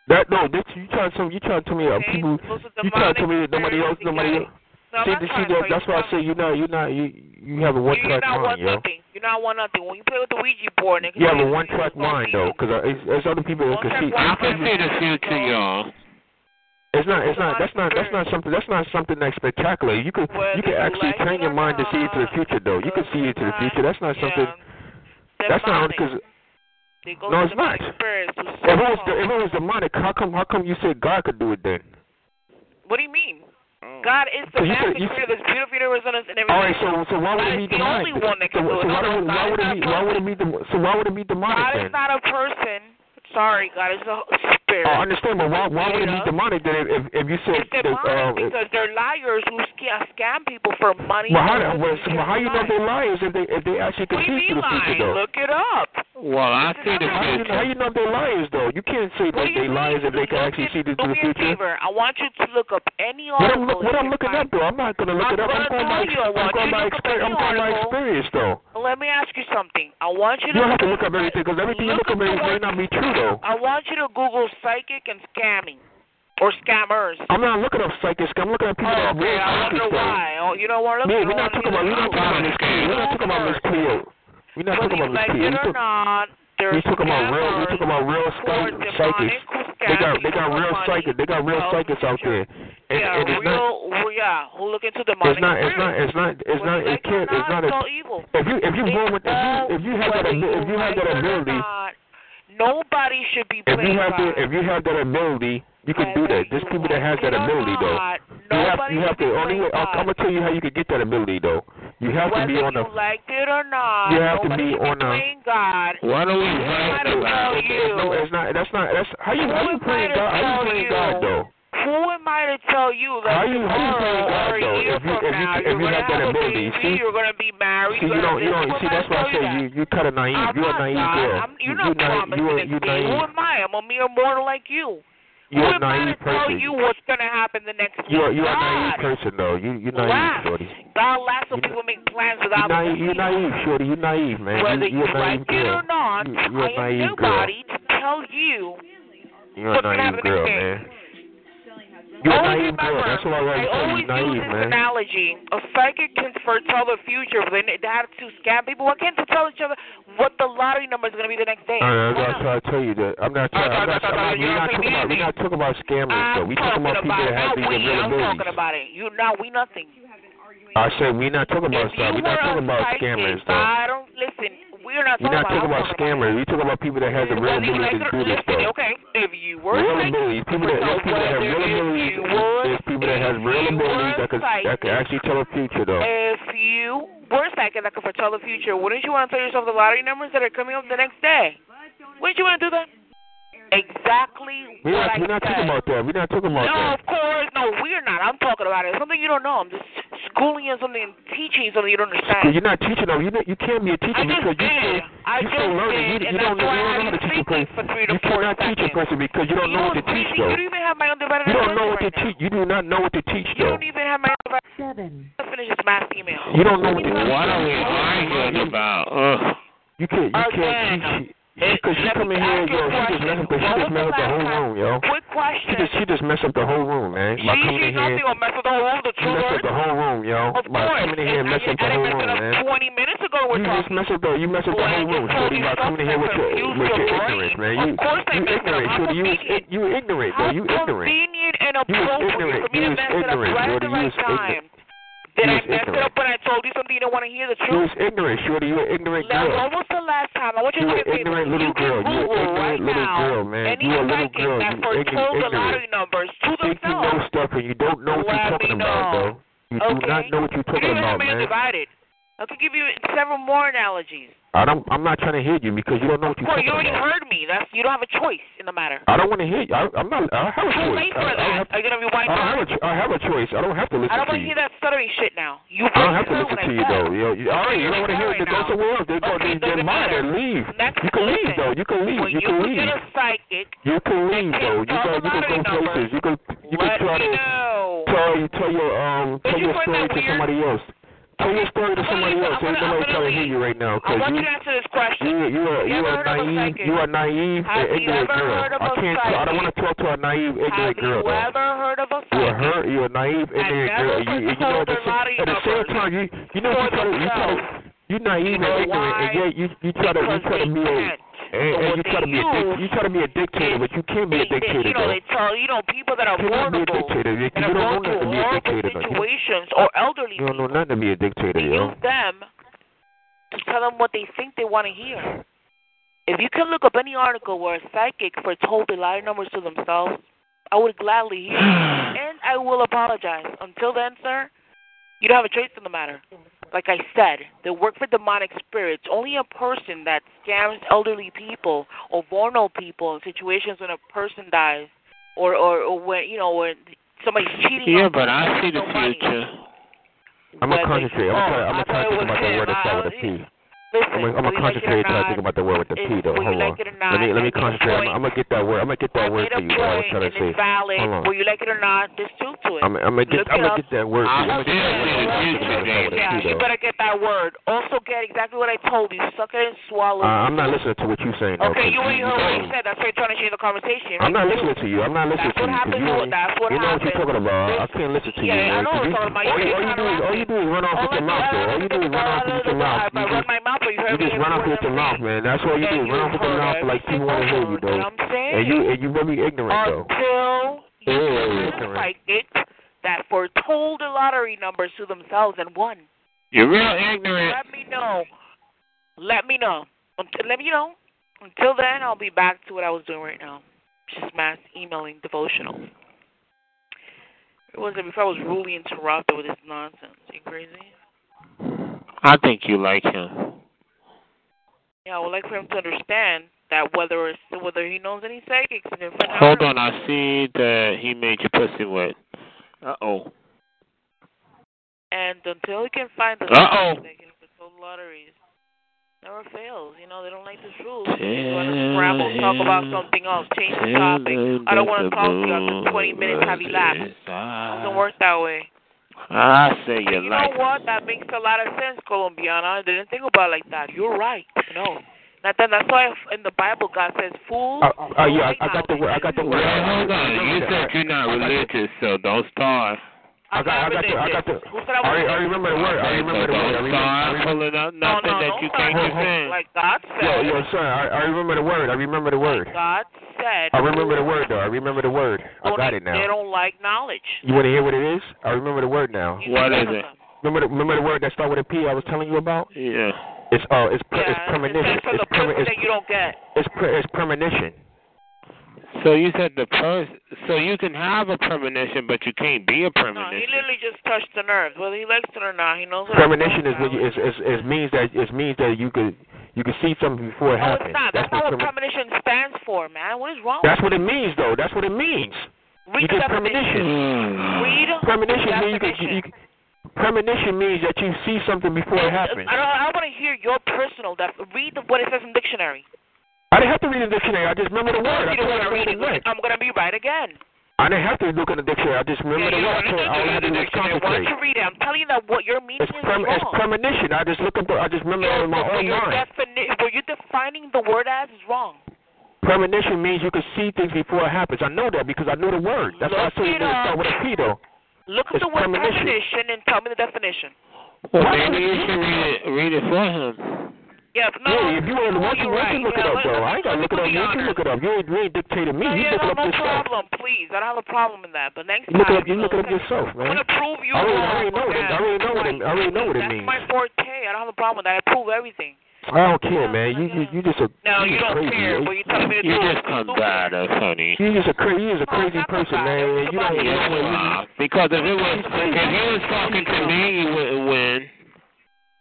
S2: That no, this, you trying to you trying to tell me uh,
S9: Okay?
S2: people
S9: Those are
S2: you trying to tell me
S9: demonic
S2: that nobody else
S9: spirits
S2: nobody
S9: together.
S2: else.
S9: No, I'm
S2: see,
S9: not
S2: see,
S9: trying to
S2: that-
S9: tell you.
S2: that's why I
S9: You're
S2: say you know you not you you have a one
S9: You're
S2: track
S9: not one
S2: mind, yo.
S9: nothing. You're not one nothing. When you play with the Ouija board, and
S2: You have a one track mind though, because there's uh, other people that
S9: One
S2: can
S9: track
S2: see.
S9: mind.
S5: I can see the future, y'all.
S2: It's not. It's not. That's not. That's not something. That's not something that's spectacular. You could. You could actually train your mind to see into the future, though. You could see into the future. That's not something. That's not because.
S9: They go
S2: No,
S9: through
S2: it's not.
S9: demonic spirits to
S2: If it was
S9: so-
S2: if it was demonic, how come how come you said God could do it then?
S9: What do you mean? God is the
S2: So you said-
S9: master
S2: you
S9: creator of this beautiful universe and us and everything.
S2: All right, so so why would
S9: God
S2: it
S9: is
S2: be
S9: the
S2: demonic?
S9: only one that
S2: so,
S9: can do it.
S2: so why,
S9: No,
S2: would,
S9: God
S2: why
S9: is
S2: would it
S9: not
S2: be why would it be dem- so why would it be demonic
S9: God
S2: then?
S9: is not a person. Sorry, God is a spirit.
S2: Oh, I understand, but why why would it be demonic then if if, if you said
S9: It's demonic
S2: that, uh,
S9: because they're liars who sca- scam people for money.
S2: well, how,
S9: and
S2: well, so how you know they're liars if they if they actually
S9: What do you
S2: concede to
S9: mean
S2: the future
S9: lying?
S2: though?
S9: Look it up.
S5: Well, I
S2: see the how you, how you know they're liars though? You can't say that
S9: What do you
S2: they liars if they can actually see into
S9: Do
S2: the
S9: me a
S2: future.
S9: favor. I want you to look up any
S2: What I'm,
S9: article.
S2: look, what I'm looking up though, I'm not gonna look
S9: I'm
S2: it up. I'm
S9: gonna
S2: going by
S9: tell you, I
S2: I'm
S9: want
S2: going
S9: you
S2: by
S9: to look up
S2: experience. I'm
S9: any
S2: going by
S9: article.
S2: experience though.
S9: Let me ask you something. I want you
S2: You
S9: to
S2: don't have to look up everything because everything you
S9: Look
S2: look up
S9: up the
S2: everything may
S9: word-
S2: not be true though.
S9: I want you to Google psychic and scamming or scammers.
S2: I'm not looking up psychics. I'm looking at people that are real
S9: I
S2: psychics
S9: wonder
S2: though.
S9: why. Oh, you don't want to look.
S2: Man,
S9: you
S2: we're not
S9: don't wanna
S2: talking about
S9: be
S2: we're not
S9: the
S2: talking about
S9: Google.
S2: Miss Cleo. We're not talking about Miss Cleo. We're not talking about Miss
S9: Like
S2: Cleo.
S9: it or not,
S2: We're talking about real. We're talking about real psych- psychics. They got they got real psychics. They got real psychics out there. And,
S9: yeah,
S2: and it's not.
S9: real, well, yeah, who look into demonic
S2: It's not. It's
S9: spirits.
S2: not. It's not. It's not. It can't. It's not.
S9: It's
S2: a-
S9: so evil.
S2: If you if you
S9: They
S2: born with if you
S9: all-
S2: if you have that
S9: whether
S2: abi- if you have
S9: like
S2: that
S9: it or
S2: ability
S9: not, nobody should be
S2: if
S9: played
S2: you have
S9: by.
S2: the if you have that ability you can do that. There's people that has that ability though. You have you have to only way. I'm, I'm gonna tell you how you can get that ability though. You have to be
S9: whether
S2: on a
S9: you liked it or not,
S2: You have to
S9: nobody
S2: be
S9: should
S2: on a-
S9: playing God.
S2: Why don't we
S9: Nobody
S2: have to-
S9: tell
S2: it's-
S9: you.
S2: it's no- it's not. That's not. That's how you.
S9: Who
S2: How you
S9: am I
S2: playing
S9: to
S2: God? How
S9: tell
S2: you playing
S9: you?
S2: God though?
S9: Who am I to tell you that
S2: How you? How you playing
S9: tomorrow
S2: God
S9: or a
S2: though?
S9: year
S2: If you if you if you
S9: from now you're
S2: have that
S9: gonna have a
S2: ability,
S9: baby,
S2: see.
S9: you're gonna be married,
S2: See, you
S9: you're gonna
S2: don't, you
S9: this.
S2: don't.
S9: Who
S2: See,
S9: am I
S2: that's
S9: to
S2: why
S9: tell
S2: I
S9: you
S2: say
S9: that?
S2: you, you kind of naive.
S9: I'm
S2: you're
S9: not
S2: a naive
S9: God.
S2: girl.
S9: I'm,
S2: You-
S9: you're not
S2: naive.
S9: promising
S2: You're,
S9: this
S2: you're
S9: to me. Who
S2: naive.
S9: am I? I'm a mere mortal like you.
S2: You're
S9: Who
S2: a
S9: am I to
S2: naive
S9: tell
S2: person.
S9: you what's gonna happen the next
S2: You're,
S9: week?
S2: you're a
S9: God.
S2: naive person though. You, you're naive,
S9: Relax.
S2: shorty.
S9: God laughs when people make plans
S2: You're
S9: without
S2: naive, you're
S9: believing.
S2: naive, shorty. You're naive, man.
S9: Whether
S2: You, you're a naive
S9: like it
S2: girl.
S9: or not,
S2: You- You're a
S9: I am
S2: naive girl.
S9: nobody to tell you
S2: You're a
S9: what's gonna happen
S2: naive
S9: the
S2: girl,
S9: next day.
S2: man. You're a
S9: Always
S2: naive girl.
S9: remember,
S2: That's what I like.
S9: I always
S2: You're
S9: use
S2: naive,
S9: this
S2: man.
S9: analogy. A psychic can foretell the future, but they they have to scam people. Why can't they tell each other what the lottery number is going to be the next day?
S2: All right,
S9: Why
S2: that's
S9: not?
S2: why I tell you that. I'm not trying. I'm not, I'm not, we're not talking about. We're not talking about scammers though. We talking about people that have these
S9: Not we, I'm
S2: abilities.
S9: talking about it. You not we nothing.
S2: I said we're not talking about stuff. We're
S9: you
S2: not
S9: were
S2: talking
S9: a
S2: about
S9: psychic,
S2: scammers though.
S9: I don't listen. We're not
S2: We're
S9: talking
S2: not talking
S9: about.
S2: about scammers. We're talking about people that have the real
S9: Whether you like
S2: ability
S9: it
S2: to
S9: or-
S2: do this
S9: listen,
S2: though.
S9: okay, if you were
S2: Real
S9: psychic,
S2: abilities. People that there's people that have real abilities. There's people that have real abilities that can that can actually tell the future though.
S9: If you were psychic that could foretell the future, wouldn't you want to tell yourself the lottery numbers that are coming up the next day? Wouldn't you want to do that? Exactly
S2: We're not
S9: what I
S2: we're not
S9: said.
S2: talking about that. We're not talking about
S9: no,
S2: that.
S9: of course, no, we're not. I'm talking about it. It's something you don't know. I'm just schooling you on something and teaching you something you don't
S2: Cause
S9: understand.
S2: you're not teaching them. You know, you can't be a teacher
S9: I just
S2: because you
S9: did.
S2: still
S9: I
S2: you
S9: just
S2: still learning.
S9: did,
S2: You, you
S9: and
S2: don't
S9: that's
S2: know
S9: why
S2: you
S9: I
S2: don't know how to
S9: didn't
S2: teach a
S9: speak
S2: person.
S9: for three to
S2: You
S9: four
S2: cannot teach a
S9: seconds.
S2: person because you don't
S9: You
S2: know
S9: don't
S2: what to teach
S9: really-
S2: though.
S9: You don't even have my undivided
S2: You don't
S9: attention
S2: know what to
S9: right now.
S2: teach. You do not know what to teach
S9: You
S2: though.
S9: don't even have my undivided Seven. Let's finish this math email.
S2: You don't know what to teach.
S5: What are we arguing about? Ugh.
S2: You can't. You can't teach. Because she come in here, yo. She just mess up. The, she just mess up the whole room, yo.
S9: Quick question.
S2: She just she just mess up the whole room, man. By
S9: She,
S2: coming
S9: she's
S2: in here,
S9: nothing will mess with the whole world, the
S2: she
S9: true
S2: messed
S9: word.
S2: up the whole room, yo.
S9: Of
S2: By
S9: course.
S2: coming in here, and
S9: and
S2: mess up the whole room, man.
S9: 20 minutes ago
S2: Mm-hmm.
S9: we're
S2: You just
S9: talking.
S2: mess up the you mess up the whole room, shorty. By coming in here with your with your ignorance, man. You you ignorant, shorty. You was ig- you ignorant, though. You ignorant.
S9: Convenient and
S2: You was
S9: appropriate
S2: ignorant.
S9: for me
S2: You
S9: to
S2: was
S9: mess it up
S2: ignorant,
S9: right at
S2: shorty.
S9: the
S2: You
S9: right
S2: was ignorant.
S9: time. Did
S2: You
S9: I
S2: was
S9: mess it
S2: ignorant.
S9: up when I told you something you don't want to hear the
S2: You
S9: truth?
S2: was ignorant, shorty. You an ignorant
S9: Now,
S2: girl.
S9: when was the last time? I want you
S2: You
S9: to
S2: an
S9: look at me.
S2: ignorant little girl. You an
S9: Google
S2: ignorant
S9: right
S2: little
S9: now
S2: girl, man.
S9: any
S2: You a little
S9: psychic
S2: girl.
S9: that
S2: You
S9: foretold
S2: ignorant.
S9: the lottery
S2: ignorant.
S9: numbers to
S2: Think you
S9: themselves.
S2: know stuff and you don't know what
S9: Let
S2: you're
S9: me
S2: talking
S9: know.
S2: about, though. You do not know what you're
S9: You
S2: talking
S9: don't
S2: about,
S9: have me
S2: man.
S9: undivided. I could give you several more analogies.
S2: I don't. I'm not trying to hear you because you don't know what you're
S9: Well,
S2: talking
S9: you already
S2: about.
S9: heard me. That's you don't have a choice in the matter.
S2: I don't want to hear you. I, I'm not. I have a
S9: Too
S2: choice. I,
S9: late for
S2: I don't have.
S9: that. Are you gonna be
S2: I
S9: wiped
S2: don't
S9: out?
S2: have a. cho- I have a choice. I don't have to listen
S9: I don't
S2: to
S9: want to
S2: you.
S9: hear that stuttering shit now. You
S2: I don't have to
S9: heard
S2: listen
S9: what
S2: to
S9: I
S2: you
S9: said.
S2: though. You, you, all right, you don't want to hear it. They go somewhere else. They go. They, they mind. They leave. You can leave though. You can leave.
S9: When
S2: You
S9: you
S2: can
S9: get
S2: leave.
S9: a psychic,
S2: You can leave though. You
S9: tell
S2: can. You can
S9: somebody
S2: go
S9: numbers.
S2: places. You can. You can
S9: let
S2: try
S9: me
S2: to
S9: know.
S2: tell you tell your um
S9: Did
S2: tell
S9: you
S2: your
S9: find
S2: story
S9: that
S2: to
S9: weird?
S2: somebody else. Tell your story to somebody else. There's nobody trying to hear you right now
S9: I
S2: because
S9: want
S2: you
S9: you to answer this question.
S2: you you are
S9: You
S2: you are
S9: ever heard of a
S2: naive.
S9: psychic?
S2: You are naive
S9: Have
S2: and
S9: you
S2: ignorant
S9: ever
S2: girl.
S9: heard of
S2: I
S9: a
S2: can't. I don't want to talk to a naive
S9: Have
S2: ignorant
S9: you
S2: girl though.
S9: ever heard of a
S2: You
S9: psychic?
S2: are hurt. You are naive, ignorant
S9: never
S2: girl. You, you know at the,
S9: told her
S2: sa-
S9: lottery
S2: at the same time you you know
S9: for
S2: you try to you try to
S9: themselves.
S2: you naive
S9: know
S2: and ignorant,
S9: why?
S2: and yet you you try to you
S9: Because
S2: try to
S9: they
S2: be a
S9: can't.
S2: Hey, hey,
S9: what
S2: you
S9: they
S2: try to be a
S9: do
S2: dic- you try to be a dictator, but you can't be a
S9: they, they,
S2: dictator.
S9: you know,
S2: though.
S9: they tell you know people that are
S2: You cannot be a
S9: vulnerable
S2: dictator. You,
S9: and
S2: you
S9: are
S2: don't know
S9: going
S2: nothing to
S9: through
S2: be a
S9: horrible
S2: dictator. though. You,
S9: situations or elderly
S2: you don't know nothing to be a dictator, yo.
S9: them to tell them what they think they want to hear. If you can look up any article where a psychic foretold the lie numbers to themselves, I would gladly hear, it. and I will apologize. Until then, sir, you don't have a trace in the matter. Like I said, they work for demonic spirits. Only a person that scams elderly people or vulnerable people in situations when a person dies, or or, or when you know when somebody's cheating.
S5: Yeah,
S9: on
S5: but
S9: them,
S5: I see the
S9: no money.
S5: future.
S2: I'm gonna
S9: Whether-
S2: concentrate. I'm gonna, I'm
S9: I
S2: gonna
S9: thought
S2: concentrate
S9: it was
S2: about the
S9: him.
S2: word that
S9: I-
S2: starts with a P.
S9: Listen,
S2: I'm gonna, I'm gonna
S9: whether you
S2: concentrate trying
S9: like Oh, it or
S2: to
S9: not,
S2: think about the word with the P. Though,
S9: whether
S2: hold
S9: you
S2: on.
S9: like it
S2: let me
S9: or not,
S2: let
S9: I
S2: me
S9: made a
S2: concentrate. I'm,
S9: point.
S2: I'm gonna get that word. I'm gonna get
S9: I
S2: that word
S9: made a
S2: for you. What I was
S9: point,
S2: trying to
S9: and
S2: say.
S9: it's valid.
S2: Hold on.
S9: Whether you like it or not, there's truth to it.
S2: I'm, I'm gonna get I'm
S9: Look it
S2: gonna
S9: up.
S2: get that word. for you. I'm gonna get that word. I'm gonna get that
S5: I'll see
S2: word with a
S9: Yeah,
S2: P,
S9: you
S2: though.
S9: better get that word. Also, get exactly what I told you. Suck it and swallow.
S2: Uh, I'm not listening to what you're saying. though,
S9: okay,
S2: 'cause
S9: you ain't heard what I said. That's why you're trying to change the conversation.
S2: I'm not
S9: Right?
S2: listening to you. I'm not listening
S9: That's what
S2: to you. 'cause you ain't-
S9: happened. to- That's what
S2: you know what
S9: happened.
S2: you're talking about. I can't listen to you,
S9: Yeah, I
S2: man.
S9: know
S2: 'cause
S9: what
S2: you-
S9: you're talking about. You
S2: All you,
S9: keep
S2: all you do is all you do is run off with your mouth, though. All you do is run off with your mouth.
S9: I
S2: You
S9: run
S2: just,
S9: my mouth, but you
S2: you
S9: heard me
S2: just run off with your mouth, man. That's all you do.
S9: And
S2: is Run
S9: you
S2: off with your
S9: heard
S2: mouth like
S9: every
S2: people want to hear you,
S9: word that
S2: though.
S9: I'm saying.
S2: And you and you really ignorant, though.
S9: until
S2: Yeah,
S9: you
S2: yeah,
S9: become
S2: yeah,
S9: a
S2: correct.
S9: psychic that foretold the lottery numbers to themselves and won.
S5: You're real ignorant.
S9: Let me know. Let me know. Until, let me know. Until then, I'll be back to what I was doing right now, which is mass emailing devotional. It wasn't before I was rudely interrupted with this nonsense. You crazy?
S5: I think you like him.
S9: Yeah, I would like for him to understand that whether it's, whether he knows any psychics and if
S5: Hold on, I see that he made your pussy wet. Uh oh.
S9: And until he can find the
S5: Uh-oh.
S9: that can control lotteries, never fails. You know, they don't like this rule.
S5: Tell
S9: They want to scramble, talk about something else, change the topic. I don't want to talk to you after 20 minutes have elapsed. It doesn't work that way.
S5: I say you
S9: You know
S5: like him.
S9: what? That makes a lot of sense, Colombiana. I didn't think about it like that. You're right. No. Not that, that's why in the Bible God says, fool.
S2: Uh, uh, yeah, I, I got the word. I got the word.
S5: Well, hold on. You said you're not religious, so don't start.
S2: I got. I got the. I got the.
S9: Who said I
S2: I already-
S9: was
S2: I remember the word. I
S5: Okay,
S2: remember
S5: so
S2: the word. I
S5: don't
S2: remember. I
S5: start
S2: remember.
S5: pulling out
S9: No,
S5: nothing
S9: no,
S5: that you
S9: don't
S5: can't
S9: like-
S5: defend.
S9: Like God
S2: Yo,
S9: said.
S2: yo, son. I, I remember the word. I remember the word.
S9: God said.
S2: I remember the word though. I remember the word. I
S9: don't-
S2: got it
S9: They
S2: now.
S9: don't like knowledge.
S2: You want to hear what it is? I remember the word now.
S9: You
S5: What is it?
S9: know them.
S2: Remember the, remember the word that started with a P I was telling you about?
S5: Yeah.
S2: It's uh, it's pre- it's
S9: Yeah,
S2: premonition.
S9: It's, it's,
S2: It's
S9: the
S2: pre-
S9: person
S2: it's
S9: that you don't get.
S2: it's, pre- it's premonition.
S5: So you said the person. So you can have a premonition, but you can't be a
S9: No,
S5: premonition.
S9: he literally just touched the nerves. Whether he likes it or not, he knows. what I'm
S2: Premonition
S9: talking
S2: is when you, is,
S9: about.
S2: is is means that it means that you could you could see something before it
S9: No,
S2: happens.
S9: it's not. That's, not
S2: what
S9: what
S2: premon-
S9: premonition stands for, man. What is wrong?
S2: that's what it means though. That's what it means. you
S9: Read the
S2: get
S9: definition.
S2: premonition.
S9: Read the
S2: Premonition means you, could, you,
S9: definition.
S2: you premonition means that you see something before it happens.
S9: I don't, I want to hear your personal def. Read the, what it says in dictionary.
S2: I didn't have to read the dictionary. I just remember the word. I
S9: Read it
S2: told
S9: when
S2: you
S9: I read it.
S2: the word.
S9: I'm gonna be right again.
S2: I didn't have to look in the dictionary. I just remember
S9: yeah,
S2: the
S9: you
S2: word. I told you all I
S9: don't
S2: had to do was
S9: understand. Why
S2: concentrate.
S9: don't you read it? I'm telling you that what your meaning
S2: It's,
S9: is
S2: prem- it's
S9: wrong.
S2: premonition. I just look up. The, I just remember it in my
S9: What
S2: own
S9: you're
S2: mind.
S9: defini- what you're defining the word as is wrong.
S2: Premonition means you can see things before it happens. I know that because I know the word. That's why I
S9: Look
S2: said
S9: it
S2: you to
S9: up.
S2: start with a P, though.
S9: Look up
S2: It's
S9: the word
S2: premonition.
S9: premonition and tell me the definition.
S5: Well, maybe you should read it. Read it for him.
S9: Yeah, no.
S2: yeah, if you want, once you,
S9: you're
S2: once you
S9: right.
S2: look it
S9: Yeah,
S2: up,
S9: let-
S2: though,
S9: let-
S2: I ain't gotta look it up.
S9: let me
S2: You
S9: be
S2: can look it up. You ain't, you ain't dictating me.
S9: No,
S2: you
S9: yeah,
S2: look it
S9: no,
S2: up
S9: no
S2: yourself.
S9: problem, please. I don't have a problem in that. But next
S2: You look it up.
S9: time,
S2: You look it up yourself,
S9: I'm
S2: man.
S9: gonna prove you
S2: I already, I already
S9: wrong.
S2: know what it. I
S9: again.
S2: already know what it. I already know what it means.
S9: That's my forte. I don't have a problem with that. I prove everything.
S2: I don't care, man. You you you just a
S9: No,
S2: you
S9: you
S2: just
S9: don't
S2: crazy.
S9: care,
S2: yo.
S9: but you telling me to
S5: You
S9: do it.
S5: just combat us, honey.
S2: You just a cra- you just a
S9: No,
S2: crazy
S9: that's
S2: person,
S9: about it.
S2: man.
S9: It's
S2: You
S9: about
S2: don't.
S9: you.
S2: you
S5: Yes,
S2: don't- you-
S5: wow. Because if it was if he was talking to me, you wouldn't win.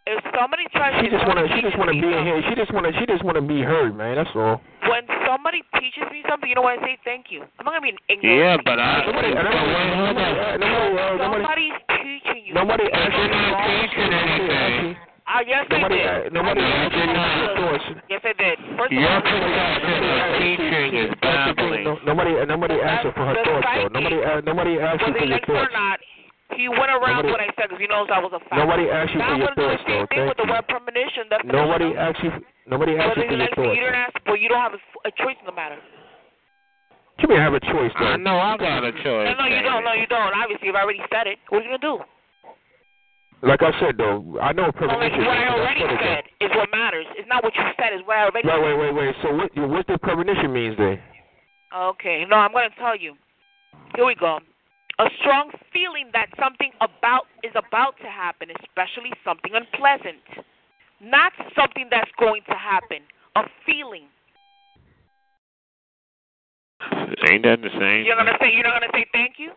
S9: If somebody tries
S2: She
S9: to
S2: just wanna,
S9: tell
S2: she
S9: me
S2: just wanna be in here. She just wanna, she just wanna be heard, man. That's all.
S9: When somebody teaches me something, you know what I say? Thank you. I'm not gonna be an ignorant.
S5: Yeah,
S9: teacher.
S5: but I. But
S2: Nobody,
S5: wait, hold
S2: nobody,
S5: on.
S2: nobody, uh, nobody,
S9: Somebody's teaching you.
S2: nobody
S9: something.
S2: asked you
S5: You're not teaching anything.
S9: Ah, yes,
S2: Nobody,
S9: I
S2: uh,
S9: did.
S2: nobody
S9: I
S2: asked
S9: did.
S2: you nothing.
S9: Yes, I did. First
S5: Your
S9: of all,
S5: perception of teaching is babbling.
S2: No, nobody, uh, nobody asked her for her
S9: The
S2: thoughts though.
S9: psychic,
S2: Nobody, uh, nobody asked you for your
S9: whether he likes it or
S2: thoughts.
S9: not, he went around
S2: Nobody-
S9: what I said because he knows I was a fact.
S2: Nobody asked you
S9: now
S2: for
S9: I'm
S2: your
S9: going
S2: thoughts
S9: to do the
S2: though.
S9: same thing
S2: Thank
S9: with the
S2: you.
S9: word premonition. definition.
S2: Nobody asked you. Nobody asked
S9: Whether
S2: you for
S9: he
S2: your
S9: likes it,
S2: thoughts.
S9: you didn't ask, but you don't have a, f- a choice in the matter.
S2: You may have a choice
S5: I
S2: though.
S5: know I got a choice.
S2: Oh,
S9: No, no, you don't. No, you don't. Obviously, you've already said it. What are you going to do?
S2: Like I said though, I know premonition.
S9: what I already
S2: that's what it
S9: said is what matters. It's not what you said, it's what I
S2: is.
S9: already
S2: Wait, wait, wait, wait. So what? What the premonition means then?
S9: Okay, no, I'm going to tell you. Here we go. A strong feeling that something about is about to happen, especially something unpleasant. Not something that's going to happen. A feeling.
S5: Ain't that the same?
S9: You're gonna say you're not gonna say thank you?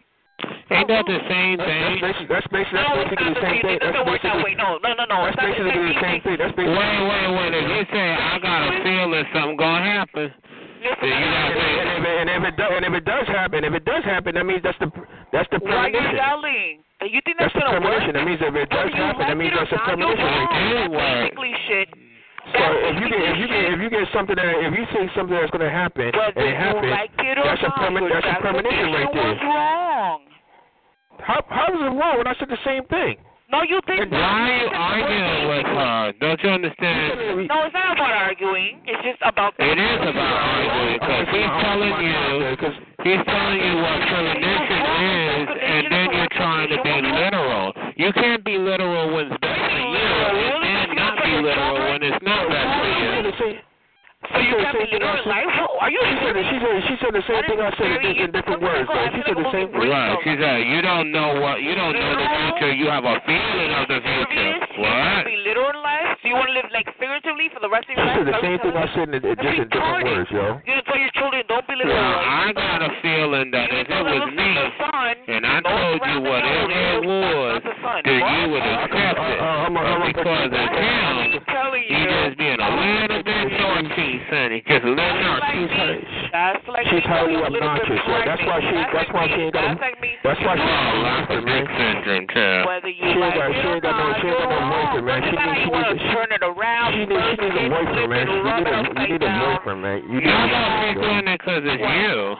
S5: Ain't that the same thing?
S2: That's basically,
S9: No,
S2: that's basically
S9: it's not
S2: the
S9: the
S2: same
S9: same.
S2: thing.
S9: It doesn't work that way. No, no, no, no.
S2: That's
S9: It's not the
S2: basically
S9: same
S2: the same thing. That's
S5: Wait,
S2: basically.
S5: wait, wait. If you say I got a feeling something gonna happen, then you gotta say
S2: And if, it- and if it do, and if it does happen, if it does happen, that means that's the that's the
S9: Why are you
S2: premonition.
S9: yelling? Do you think
S2: That's the
S9: that's, gonna work?
S2: premonition. That means if it does
S9: Whether you
S2: happen, that
S9: like
S2: means
S9: it or
S2: that's a
S9: not, you're
S2: premonition right
S9: wrong.
S2: there.
S9: That's basically shit.
S2: So if you get if you get if you get something that if you see something that's gonna happen and
S9: Whether
S2: it happens,
S9: you like it or
S2: that's a
S9: not,
S2: premon- that's a
S9: your
S2: premonition right
S9: definition
S2: there.
S9: was wrong.
S2: How how is it wrong when I said the same thing?
S9: No, you did
S5: why
S9: not.
S5: are you arguing with her? Don't you understand?
S9: No, it's not about arguing. It's just about.
S5: It is about arguing because he's telling you, he's telling you what premonition is, and then you're trying to be literal. You can't be literal when it's best for you, and then not be literal when it's not best for you.
S9: So you got me literal in life? Who- Are you
S2: She said she said she said the same thing I said in in different words. though. She said the same thing.
S5: Right? She said you don't know what you don't know the future. You have a feeling of the future.
S9: want
S5: What?
S9: to be literal in life? Do you want to live like figuratively for the rest
S2: She
S9: of your life?
S2: said the
S9: Are you
S2: same thing I
S9: telling-
S2: said in in just in different words, yo.
S9: You tell your children don't be literal.
S5: Now, I got a feeling that if it was me, and I told you whatever it was, that you would accept it. But because of him, you just being a little bit naughty, Sonny. Just a little naughty.
S9: That's like
S2: She's
S9: me
S2: highly
S9: being a little bit
S2: obnoxious, yo. That's why she that's why she ain't got a- that's
S5: Oh,
S2: why she ain't got a boyfriend, man.
S5: Syndrome, child.
S9: Whether
S2: She ain't got she ain't got no she ain't got no boyfriend, man. She needs she needs a- she
S9: turn it around.
S2: she needs she needs a boyfriend, man. You need a you need a boyfriend, man. You need a
S5: Not that
S2: boyfriend,
S5: she's
S2: yo.
S5: doing it because it's you.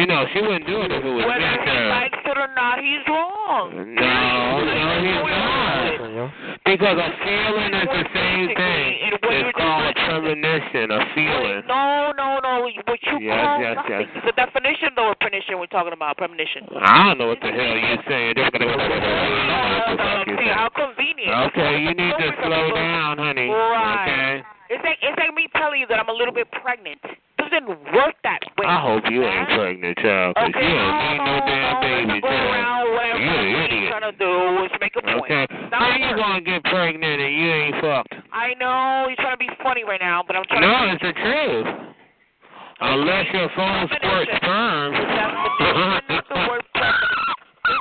S5: You know, she wouldn't do it if it was uh,
S9: Whether
S5: that
S9: he
S5: girl.
S9: likes it or not, he's wrong.
S5: No, no, he's not. Because a feeling is the same thing. It's called a premonition, a feeling.
S9: No, no, no. What you
S5: Yes,
S9: call
S5: yes,
S9: nothing.
S5: yes.
S9: The definition, though, of premonition we're talking about, premonition.
S5: I don't know what the hell you're saying. I don't know what the fuck you're
S9: See,
S5: saying.
S9: how convenient.
S5: Okay, you need to slow down, honey.
S9: Right.
S5: Okay.
S9: It's like it's like me telling you that I'm a little bit pregnant. Doesn't work that way.
S5: I hope you ain't pregnant, child, 'cause you don't need no damn baby, child. You an idiot.
S9: trying to do is make a point.
S5: Okay. How you gonna get pregnant and you ain't fucked?
S9: I know you're trying to be funny right now, but I'm trying
S5: No,
S9: to.
S5: it's the truth. Unless your phone squirts sperm.
S9: His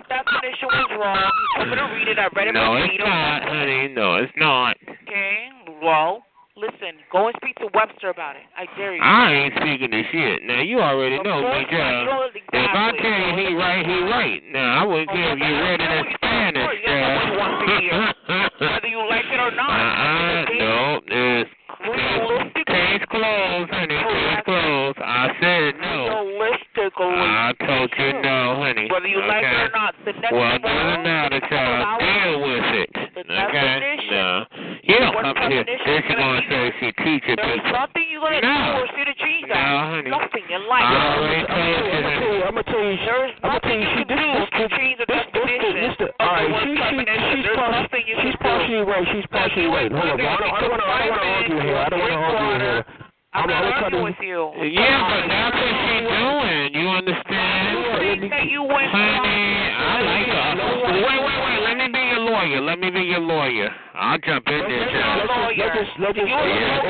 S9: definition was wrong. You told me to read it. I read it.
S5: no,
S9: but
S5: it's
S9: you don't-
S5: not, honey. No, it's not.
S9: Okay. Well, listen. Go and speak to Webster about it. I dare you.
S5: I ain't speaking to shit. Now you already
S9: Of
S5: know
S9: course
S5: me,
S9: not. You
S5: Joe.
S9: don't-
S5: If
S9: Oh,
S5: I
S9: exactly.
S5: tell you he right, he right. Now I wouldn't care if you read it in Spanish, Joe.
S9: Whether you like it or
S5: Uh
S9: not.
S5: uh, no, it's case closed, honey. Case closed. I said no. I told you no, honey.
S9: Whether you
S5: okay.
S9: like it or not, the next
S5: Well,
S9: one
S5: it doesn't matter, child. Deal with it. Okay? No. You don't come here. Then she's going to say she teaching people.
S9: Nothing you're gonna
S5: No.
S9: do or see that you ain't got.
S5: No, honey.
S9: Nothing in
S5: I
S2: Uh,
S9: life.
S5: already
S2: I'm
S5: told you, honey.
S2: gonna I'm gonna tell you, I'm gonna tell you, she this this kid, this this kid, this the, all right, she she she's partially she's partially right, she's partially right. Hold on, I don't I don't wanna I don't wanna argue here, I don't wanna argue here. I'm
S9: I'm
S2: gonna
S9: not
S2: try to.
S9: arguing with you.
S5: Yeah, but that's what she's doing. You understand?
S9: Think that you went
S5: Honey, I like her. Wait, wait, wait. Let me be your lawyer. Let me be your lawyer. I'll jump in there, child.
S2: Let's just let's just
S5: Yes,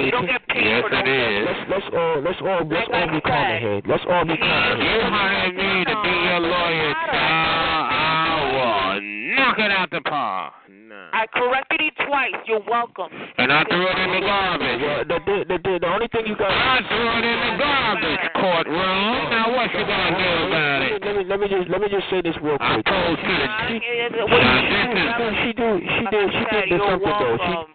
S5: it is. Yes, it is.
S2: let's let's all let's all let's all be calm here. Let's all be calm
S5: You
S2: here.
S5: hired me to be your lawyer, child. I will knock it out the park. No.
S9: I corrected you twice. You're welcome.
S5: And I threw it in the garbage.
S2: The, the, the, the only thing you got.
S5: I threw it in the garbage, courtroom. Now what you gonna do about it?
S2: Let me let me just let me just say this real
S5: I
S2: quick.
S5: told you to
S9: Not it- it- what
S5: Now,
S9: you
S5: this
S9: said.
S5: is-
S2: She did she did she did do something
S9: You're
S2: though. She
S9: welcome.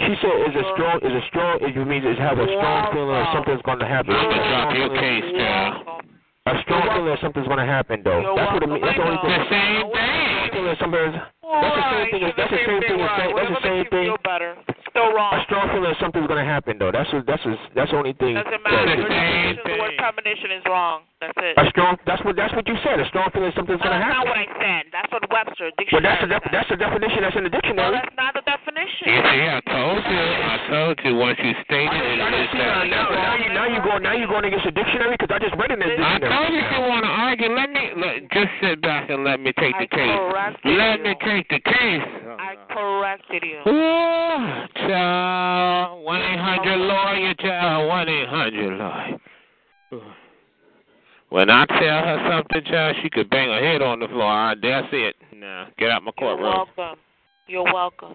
S2: she said is a strong is a strong it means it have a strong feeling of something's gonna happen.
S5: I'm gonna drop your case,
S9: You're
S5: child.
S9: welcome.
S2: A strong feeling of something's gonna happen though. That's what it means. That's the only
S5: The
S2: thing.
S5: same thing.
S2: Feeling something's that's the same thing. That's the same thing. That's the same thing.
S9: Feel better. so wrong.
S2: A strong feeling that something's gonna happen though. That's a, that's a, that's the only thing.
S9: Doesn't
S2: that-
S9: matter. The combination- The word combination is wrong. That's it.
S2: A strong. That's what that's what you said. A strong feeling that something's
S9: No,
S2: gonna
S9: that's not
S2: happen.
S9: what I said. That's what Webster
S2: Well,
S9: dictionary.
S2: that's the
S9: said.
S2: def- that's the definition that's in the
S9: Well,
S2: dictionary.
S9: that's not the definition.
S5: You see, I told you, I told you, once you
S2: I
S5: stated it,
S2: didn't
S5: it's
S2: see
S5: that.
S2: that now. Now you now you going now you going against the dictionary because I just read it in the
S5: I
S2: dictionary.
S5: told you if you want to argue, let me look, just sit back and let me take the case.
S9: corrected
S5: Let
S9: you.
S5: me take the case.
S9: I corrected you.
S5: Ooh, child, one eight hundred lawyer, child, one eight hundred lawyer. When I tell her something, child, she could bang her head on the floor. I dare see it. Now get out my
S9: You're
S5: courtroom.
S9: welcome. You're welcome.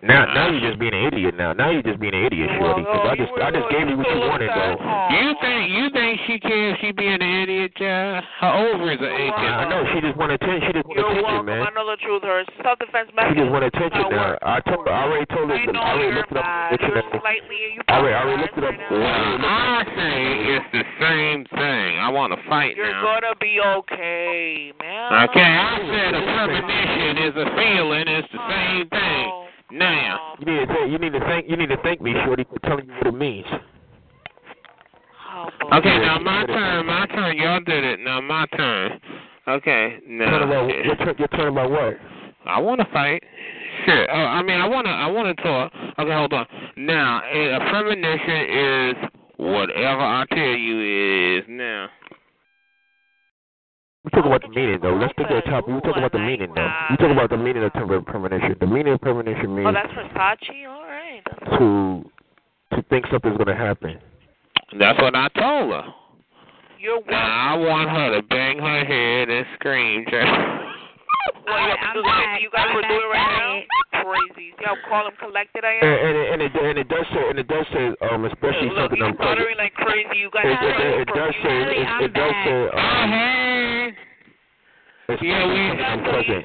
S2: Now now you're just being an idiot. Now now you're just being an idiot, Shorty. Because I just I just gave you what you wanted though.
S5: You think you think she cares? She being an idiot, child. Her ovaries are aching.
S2: I know she just want attention. She just want
S9: You're
S2: attention,
S9: welcome.
S2: man.
S9: I know the truth, her self-defense
S2: She just
S9: mechanism.
S2: want attention now. I told her. I already told her.
S9: I know
S2: I already
S9: you're
S2: looked it up. in the
S9: mad. You're
S2: dictionary.
S9: slightly. You
S2: I already I already looked it up.
S5: Well, I say it's the same thing. I want to fight
S9: You're
S5: now.
S9: gonna be okay, man.
S5: Okay, I said a premonition is a feeling. It's
S9: Oh,
S5: the same thing. Now,
S2: You need to thank you need to thank you need to thank me, Shorty, for telling you what it means.
S9: Oh,
S5: okay, now my turn. My turn. Y'all did it. Now my turn. Okay,
S2: Turn about,
S5: now
S2: you're, turn, you're turning about what?
S5: I want to fight. Shit. Oh, I mean, I wanna, I wanna talk. Okay, hold on. Now, eh, a premonition is whatever I tell you is now.
S2: We talk about the meaning though. Let's think of the topic. We talk about the meaning though. We talk about the meaning of term premonition. The meaning of premonition
S9: Oh,
S2: means
S9: that's Versace. All right.
S2: to to think something's gonna happen.
S5: That's what I told her.
S9: You're welcome.
S5: Now I want her to bang her head and scream. child.
S9: Well, you have to do the same thing you guys were doing right now. Crazy. See how calm and collected I
S2: And,
S9: am?
S2: and, it, and it and it does say and it does say um especially
S9: Look,
S2: something
S9: you're
S2: I'm
S9: stuttering like crazy. You
S2: it,
S9: guys
S2: it, it,
S9: are
S2: it does say it, it does say um,
S5: Oh, Hey.
S2: especially something unpleasant.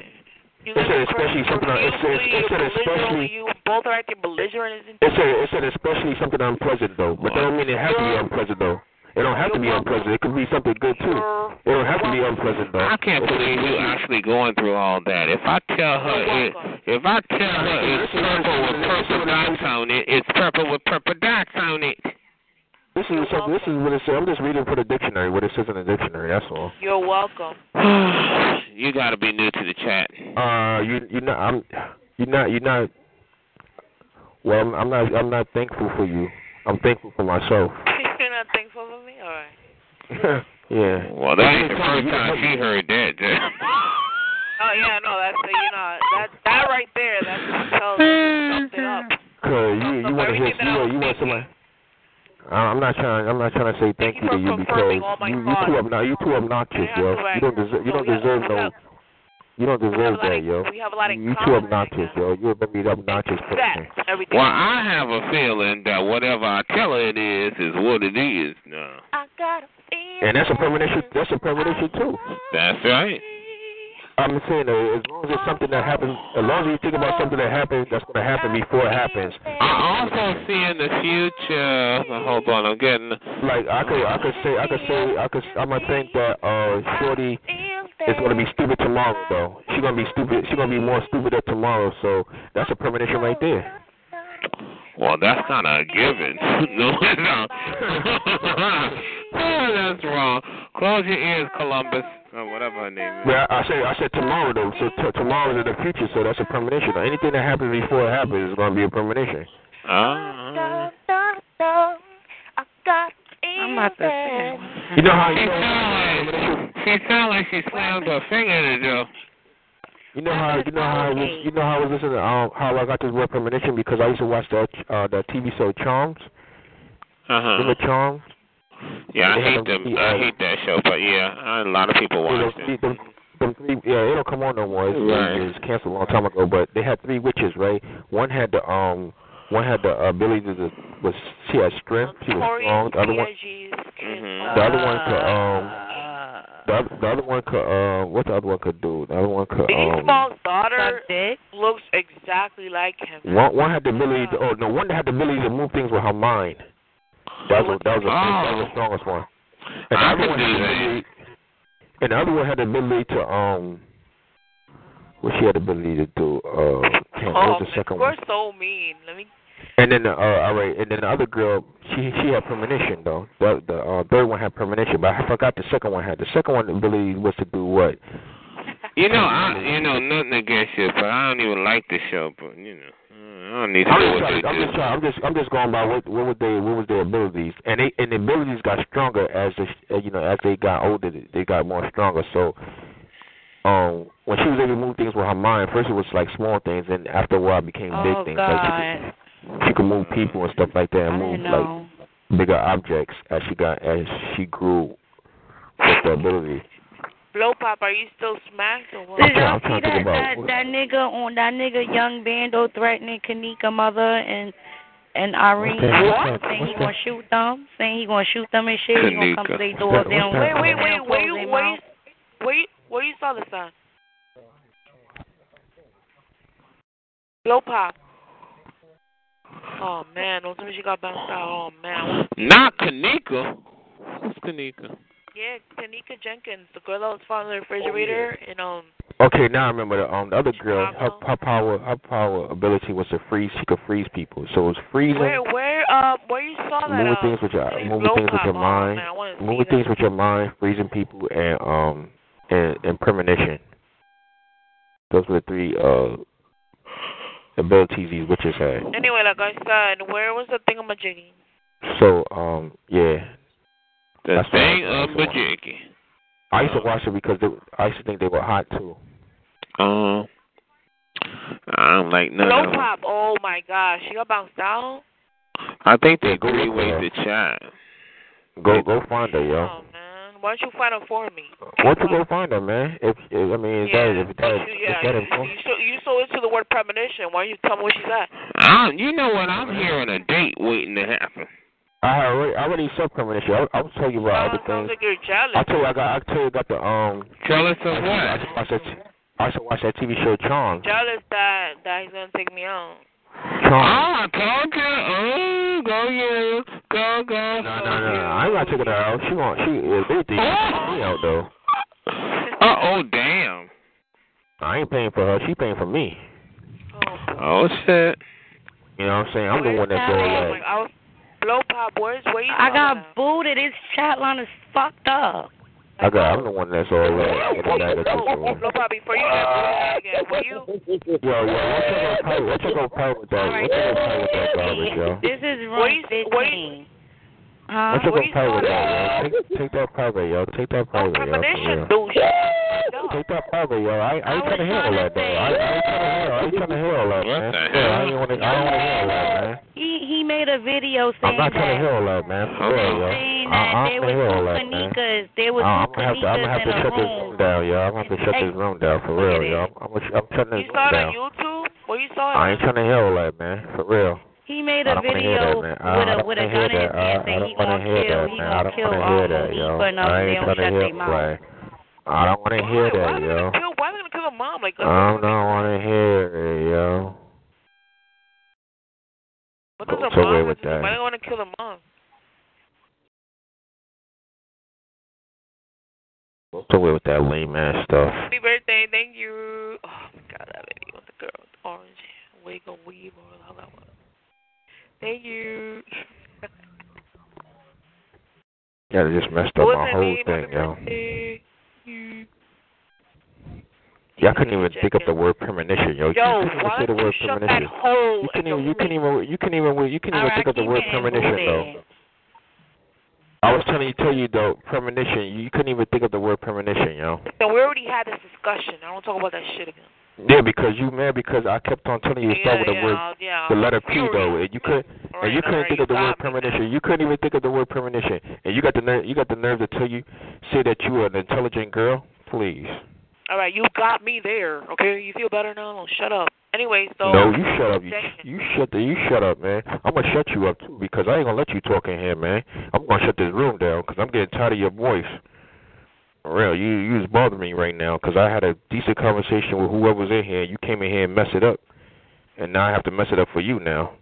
S9: You
S2: It
S9: guys
S2: said
S9: are
S2: especially
S9: crazy.
S2: something. It said it said especially.
S9: You both are acting belligerent.
S2: It said it said especially something unpleasant though, but that don't mean it has to be unpleasant though. It don't have to be unpleasant. It could be something good too. It don't have to be unpleasant though.
S5: I can't believe you actually going through all that. If I tell her, it, if I tell her it's purple with purple dots on it, it's purple with purple dots on it.
S2: This is something. This is what it says. I'm just reading from the dictionary. What it says in the dictionary. That's all.
S9: You're welcome.
S5: You got to be new to the chat.
S2: Uh, you you not. I'm. You're not. You're not. Well, I'm, I'm not. I'm not thankful for you. I'm thankful for myself.
S9: You're not thankful for me? All right.
S2: yeah.
S5: Well, that ain't the first time she heard that.
S9: Oh yeah, no, that's the, you know that that right there. That's what tells you something up.
S2: Cause you you want to hear you want- you want someone. Uh, I'm not trying. I'm not trying to say thank you to you because you you too obnoxious. You too obnoxious, yo. You don't deserve. You don't deserve no. You don't deserve that, yo.
S9: We have a lot in
S2: You too
S9: common.
S2: obnoxious, yo. You're gonna be an obnoxious person.
S9: That everything.
S5: Well, I have a feeling that whatever I tell her it is is what it is. Now,
S9: I got a
S2: And that's a premonition. That's a premonition too.
S5: that's right.
S2: I'm saying uh, as long as it's something that happens, as long as you think about something that happens, that's going to happen before it happens.
S5: I also see in the future. Hold on, I'm getting.
S2: Like I could, I could say, I could say, I could, I'm gonna think that uh, Shorty is going to be stupid tomorrow. Though she's going to be stupid. She's going to be more stupider tomorrow. So that's a premonition right there.
S5: Well, that's not a given. no, no. Oh, that's wrong. Close your ears, Columbus, or Oh, whatever her name is.
S2: But I, I said, I said tomorrow though. So t- tomorrow is in the future. So that's a premonition. Anything that happens before it happens is going to be a premonition.
S5: Ah.
S11: I'm about to say.
S2: You know how
S5: She
S2: you know.
S5: sound like she sound like she slammed her finger in the door.
S2: You know how you know how I was you know how I was listening to um, how I got this word premonition because I used to watch that uh the TV show Charms.
S5: Uh Uh-huh.
S2: Remember Charms?
S5: huh. Yeah, I hate them. I hate that show, but yeah, I- a lot of people watch
S2: Them-
S5: it.
S2: them- them three- yeah, it don't come on no more. It's,
S5: Right.
S2: it was canceled a long time ago. But they had three witches, right? One had the um, one had the ability to was she had strength, she was strong. The other one,
S5: Mm-hmm.
S2: the other one could
S9: uh,
S2: um, the other, the other one could uh, what the other one could do? The other one could
S9: Biggie
S2: um,
S9: Uh, Small's daughter looks exactly like him.
S2: One one had the ability to, oh no, one that had the ability to move things with her mind. That was that was, a,
S5: Oh.
S2: that was the strongest one. And the
S5: I
S2: other
S5: could
S2: one
S5: do
S2: had the
S5: that.
S2: ability, and the other one had the ability to um what she had the ability to do, uh can't, what was the second
S9: we're
S2: one?
S9: so Oh, mean. Let me
S2: And then the uh, all right, and then the other girl, she she had premonition though. The the uh, third one had premonition, but I forgot the second one had. The second one really was to do what?
S5: You know, I you know nothing against you, but I don't even like the show. But you know, I don't need to
S2: I'm
S5: know
S2: just,
S5: what they
S2: trying, I'm
S5: do.
S2: just trying. I'm just. I'm just going by what what were they what was their abilities, and they and the abilities got stronger as the sh- uh, you know as they got older, they- they got more stronger. So, um, when she was able to move things with her mind, first it was like small things, and after a while it became big
S11: Oh
S2: things. Like she,
S11: God.
S2: could- she could move people and stuff like that, and move
S11: No.
S2: like bigger objects as she got as she grew with the ability.
S9: Blow Pop, are you still smacked or what?
S11: Did y'all
S2: I'm trying
S11: see that
S2: to think
S11: that,
S2: about-
S11: that nigga on that nigga young bando threatening Kanika mother and and Irene
S2: What's that? What's that?
S11: saying he
S2: What's
S11: gonna shoot them, saying he gonna shoot them and shit. He gonna come to
S5: Kanika.
S11: their
S2: What's
S11: door if
S2: that?
S11: they don't
S2: What's
S9: Wait,
S2: that?
S9: wait, wait,
S11: don't
S9: where
S11: close
S9: you,
S11: their
S9: where you,
S11: mouth.
S9: where you, where you saw this on? Blow Pop. Oh man, those times she got bounced out. Oh man.
S5: Not Kanika. Who's Kanika?
S9: Yeah, Tanika Jenkins, the girl that was found in the
S2: Oh,
S9: refrigerator, and um,
S2: Okay, now I remember the um the other girl. Her her power her power ability was to freeze. She could freeze people. So it was freezing,
S9: where, where, uh, where you saw that?
S2: moving
S9: uh,
S2: things with your
S9: please
S2: moving
S9: blow
S2: things with
S9: pop.
S2: your
S9: Oh,
S2: mind,
S9: man, I wanna see
S2: moving
S9: that.
S2: things with your mind, freezing people, and um and, and premonition. Those were the three uh abilities these witches had.
S9: Anyway, like I said, where was the thingamajiggy?
S2: So um yeah.
S5: The
S2: That's what I-
S5: thing of Majiki.
S2: I used to watch it because they, I used to think they were hot too.
S5: Um, I don't like none
S9: blow
S5: of them.
S9: pop. Oh my gosh, she got bounced out.
S5: I think they
S2: Yeah, go look
S5: three ways
S2: for
S5: to child.
S2: Go go find her, yo.
S9: Oh, Man, why don't you find her for me?
S2: Why don't you go find her, man? If, if I mean, is that if that
S9: You-
S2: if
S9: yeah,
S2: that
S9: you,
S2: important?
S9: you, so, you so into the word premonition. Why don't you tell me where she's at?
S5: I don't, you know what? I'm hearing a date waiting to happen.
S2: I had already, I already saw premonition. I, I was telling you about other
S9: Oh,
S2: things.
S9: Sounds like you're jealous.
S2: I tell you, I got, I tell you, I got the um.
S5: Jealous of
S2: I
S5: what?
S2: just watched that. I just watched that TV show Charm.
S9: Jealous that that he's gonna take me out.
S5: Oh,
S2: Charm.
S5: I told you. Oh, go you. Go, go.
S2: No, no, no, no. I ain't gonna take her out. She won't. She if anything, she take me out though.
S5: Uh oh, damn.
S2: I ain't paying for her. She paying for me.
S5: Oh, shit.
S2: You know what I'm saying? I'm the one that's
S11: Where's that?
S2: going.
S9: Oh my, I was blow pop. Where's where you?
S11: I
S9: saw that?
S11: got booted. This chat line is fucked up.
S2: I got. I'm the one that's all that. And all that that's
S9: No, no, Bobby, before you get booted again, were you?
S2: Yo, yo, what's your pipe? What's your pipe with that? What's your pipe with that garbage, yo?
S11: This is room
S9: Were you? Were you?
S11: fifteen. Huh?
S2: What's your pipe with that, yo? Take, take that private, yo. Take that private, yo. For real.
S9: Premonition, douche. No.
S2: Take that private, yo. I, I ain't
S11: I was
S2: trying to hear all
S11: trying to
S2: that, though. I, I ain't trying to hear. I ain't trying to hear all that,
S5: What
S2: man.
S5: the
S2: Yeah,
S5: hell?
S2: I ain't want to. I don't want to hear all that, man.
S11: He he made a video saying
S2: I'm not trying to
S11: that.
S2: hear all that, man. For real, yo.
S11: saying
S2: I,
S11: that there
S2: I don't
S11: was
S2: want to hear all
S11: two
S2: that, man.
S11: Kanikas. There
S2: Uh,
S11: was
S2: I'm
S11: two
S2: gonna have to, I'm gonna
S11: Kanikas
S2: have to
S11: in a
S2: shut this room
S11: room.
S2: down, yo. I'm gonna have to shut this room down for real, yo. I'm, I'm, I'm shutting
S9: You
S2: this room
S9: saw it
S2: down.
S9: on YouTube? Well, you saw it.
S2: I ain't trying to hear all that, man. For real.
S11: He made
S2: I
S11: a
S2: don't wanna hear that,
S11: video
S2: man.
S11: with
S2: I
S11: a
S2: don't
S11: with a
S2: wanna
S11: gun
S2: hear
S11: in his
S2: that.
S11: hand saying
S2: I- I
S11: he
S2: don't wanna
S11: gonna
S2: hear
S11: kill,
S2: that,
S11: he
S2: man. I
S11: gonna
S2: don't
S11: kill
S2: wanna
S11: all
S2: hear that, yo.
S11: Khalifa and they
S2: I ain't
S11: don't
S2: tryna
S11: shut
S2: hear
S11: their mouth.
S2: that. I don't wanna hear
S9: Why? Why
S2: that,
S9: they
S2: yo. Um,
S9: gonna kill? Why they gonna kill the mom? Like,
S2: I don't wanna hear it, yo.
S9: what does
S2: Go-
S9: the
S2: go away with
S9: mom? have to do?
S2: that.
S9: Why they wanna kill the mom?
S2: What's away with that lame ass stuff?
S9: Happy birthday, thank you. Oh my God, that lady with the girl, with the orange wig and weave or how that was. Thank you.
S2: Yeah, they just messed up
S9: What's
S2: my
S9: her
S2: whole
S9: name?
S2: thing, yo.
S9: Happy birthday.
S2: Y'all couldn't even think of the word premonition, yo. You
S9: Yo,
S2: couldn't even
S9: why
S2: say the
S9: don't you
S2: word
S9: shut that
S2: premonition.
S9: hole?
S2: You couldn't
S9: in
S2: even,
S9: the
S2: you couldn't even, you couldn't even, you couldn't even
S11: Alright,
S2: think of the
S11: keep
S2: word
S11: it in
S2: premonition, though.
S11: booty.
S2: I was trying to tell you though, premonition. You couldn't even think of the word premonition, yo.
S9: Then we already had this discussion. I don't talk about that shit again.
S2: Yeah, because you mad because I kept on telling you to start
S9: yeah,
S2: with the
S9: yeah,
S2: word,
S9: I'll- yeah.
S2: the
S9: I'll-
S2: letter P though, and you could,
S9: All
S2: and you
S9: Um, right, all
S2: couldn't
S9: right,
S2: think of the
S9: you
S2: word
S9: got me.
S2: premonition. You couldn't even think of the word premonition, and you got the nerve, you got the nerve to tell you, say that you are an intelligent girl. Please,
S9: All right, you got me there. Okay, you feel better now? No, shut up. Anyway, so
S2: no, you shut up, you,
S9: Dang.
S2: you shut the, you shut up, man. I'm gonna shut you up too because I ain't gonna let you talk in here, man. I'm gonna shut this room down because I'm getting tired of your voice. For real, you you was bothering me right now because I had a decent conversation with whoever's in here. and You came in here and messed it up, and now I have to mess it up for you now.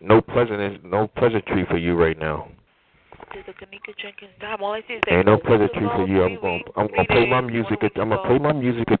S2: No pleasant, no pleasantry for you right now.
S9: Did the Kanika Jenkins die? All I see is that
S2: Ain't no
S9: you were
S2: pleasantry for
S9: alone
S2: you. I'm
S9: three
S2: gonna
S9: weeks,
S2: I'm
S9: three
S2: gonna play my
S9: days,
S2: music.
S9: one
S2: at- I'm
S9: week
S2: gonna play my
S9: ago.
S2: music. at-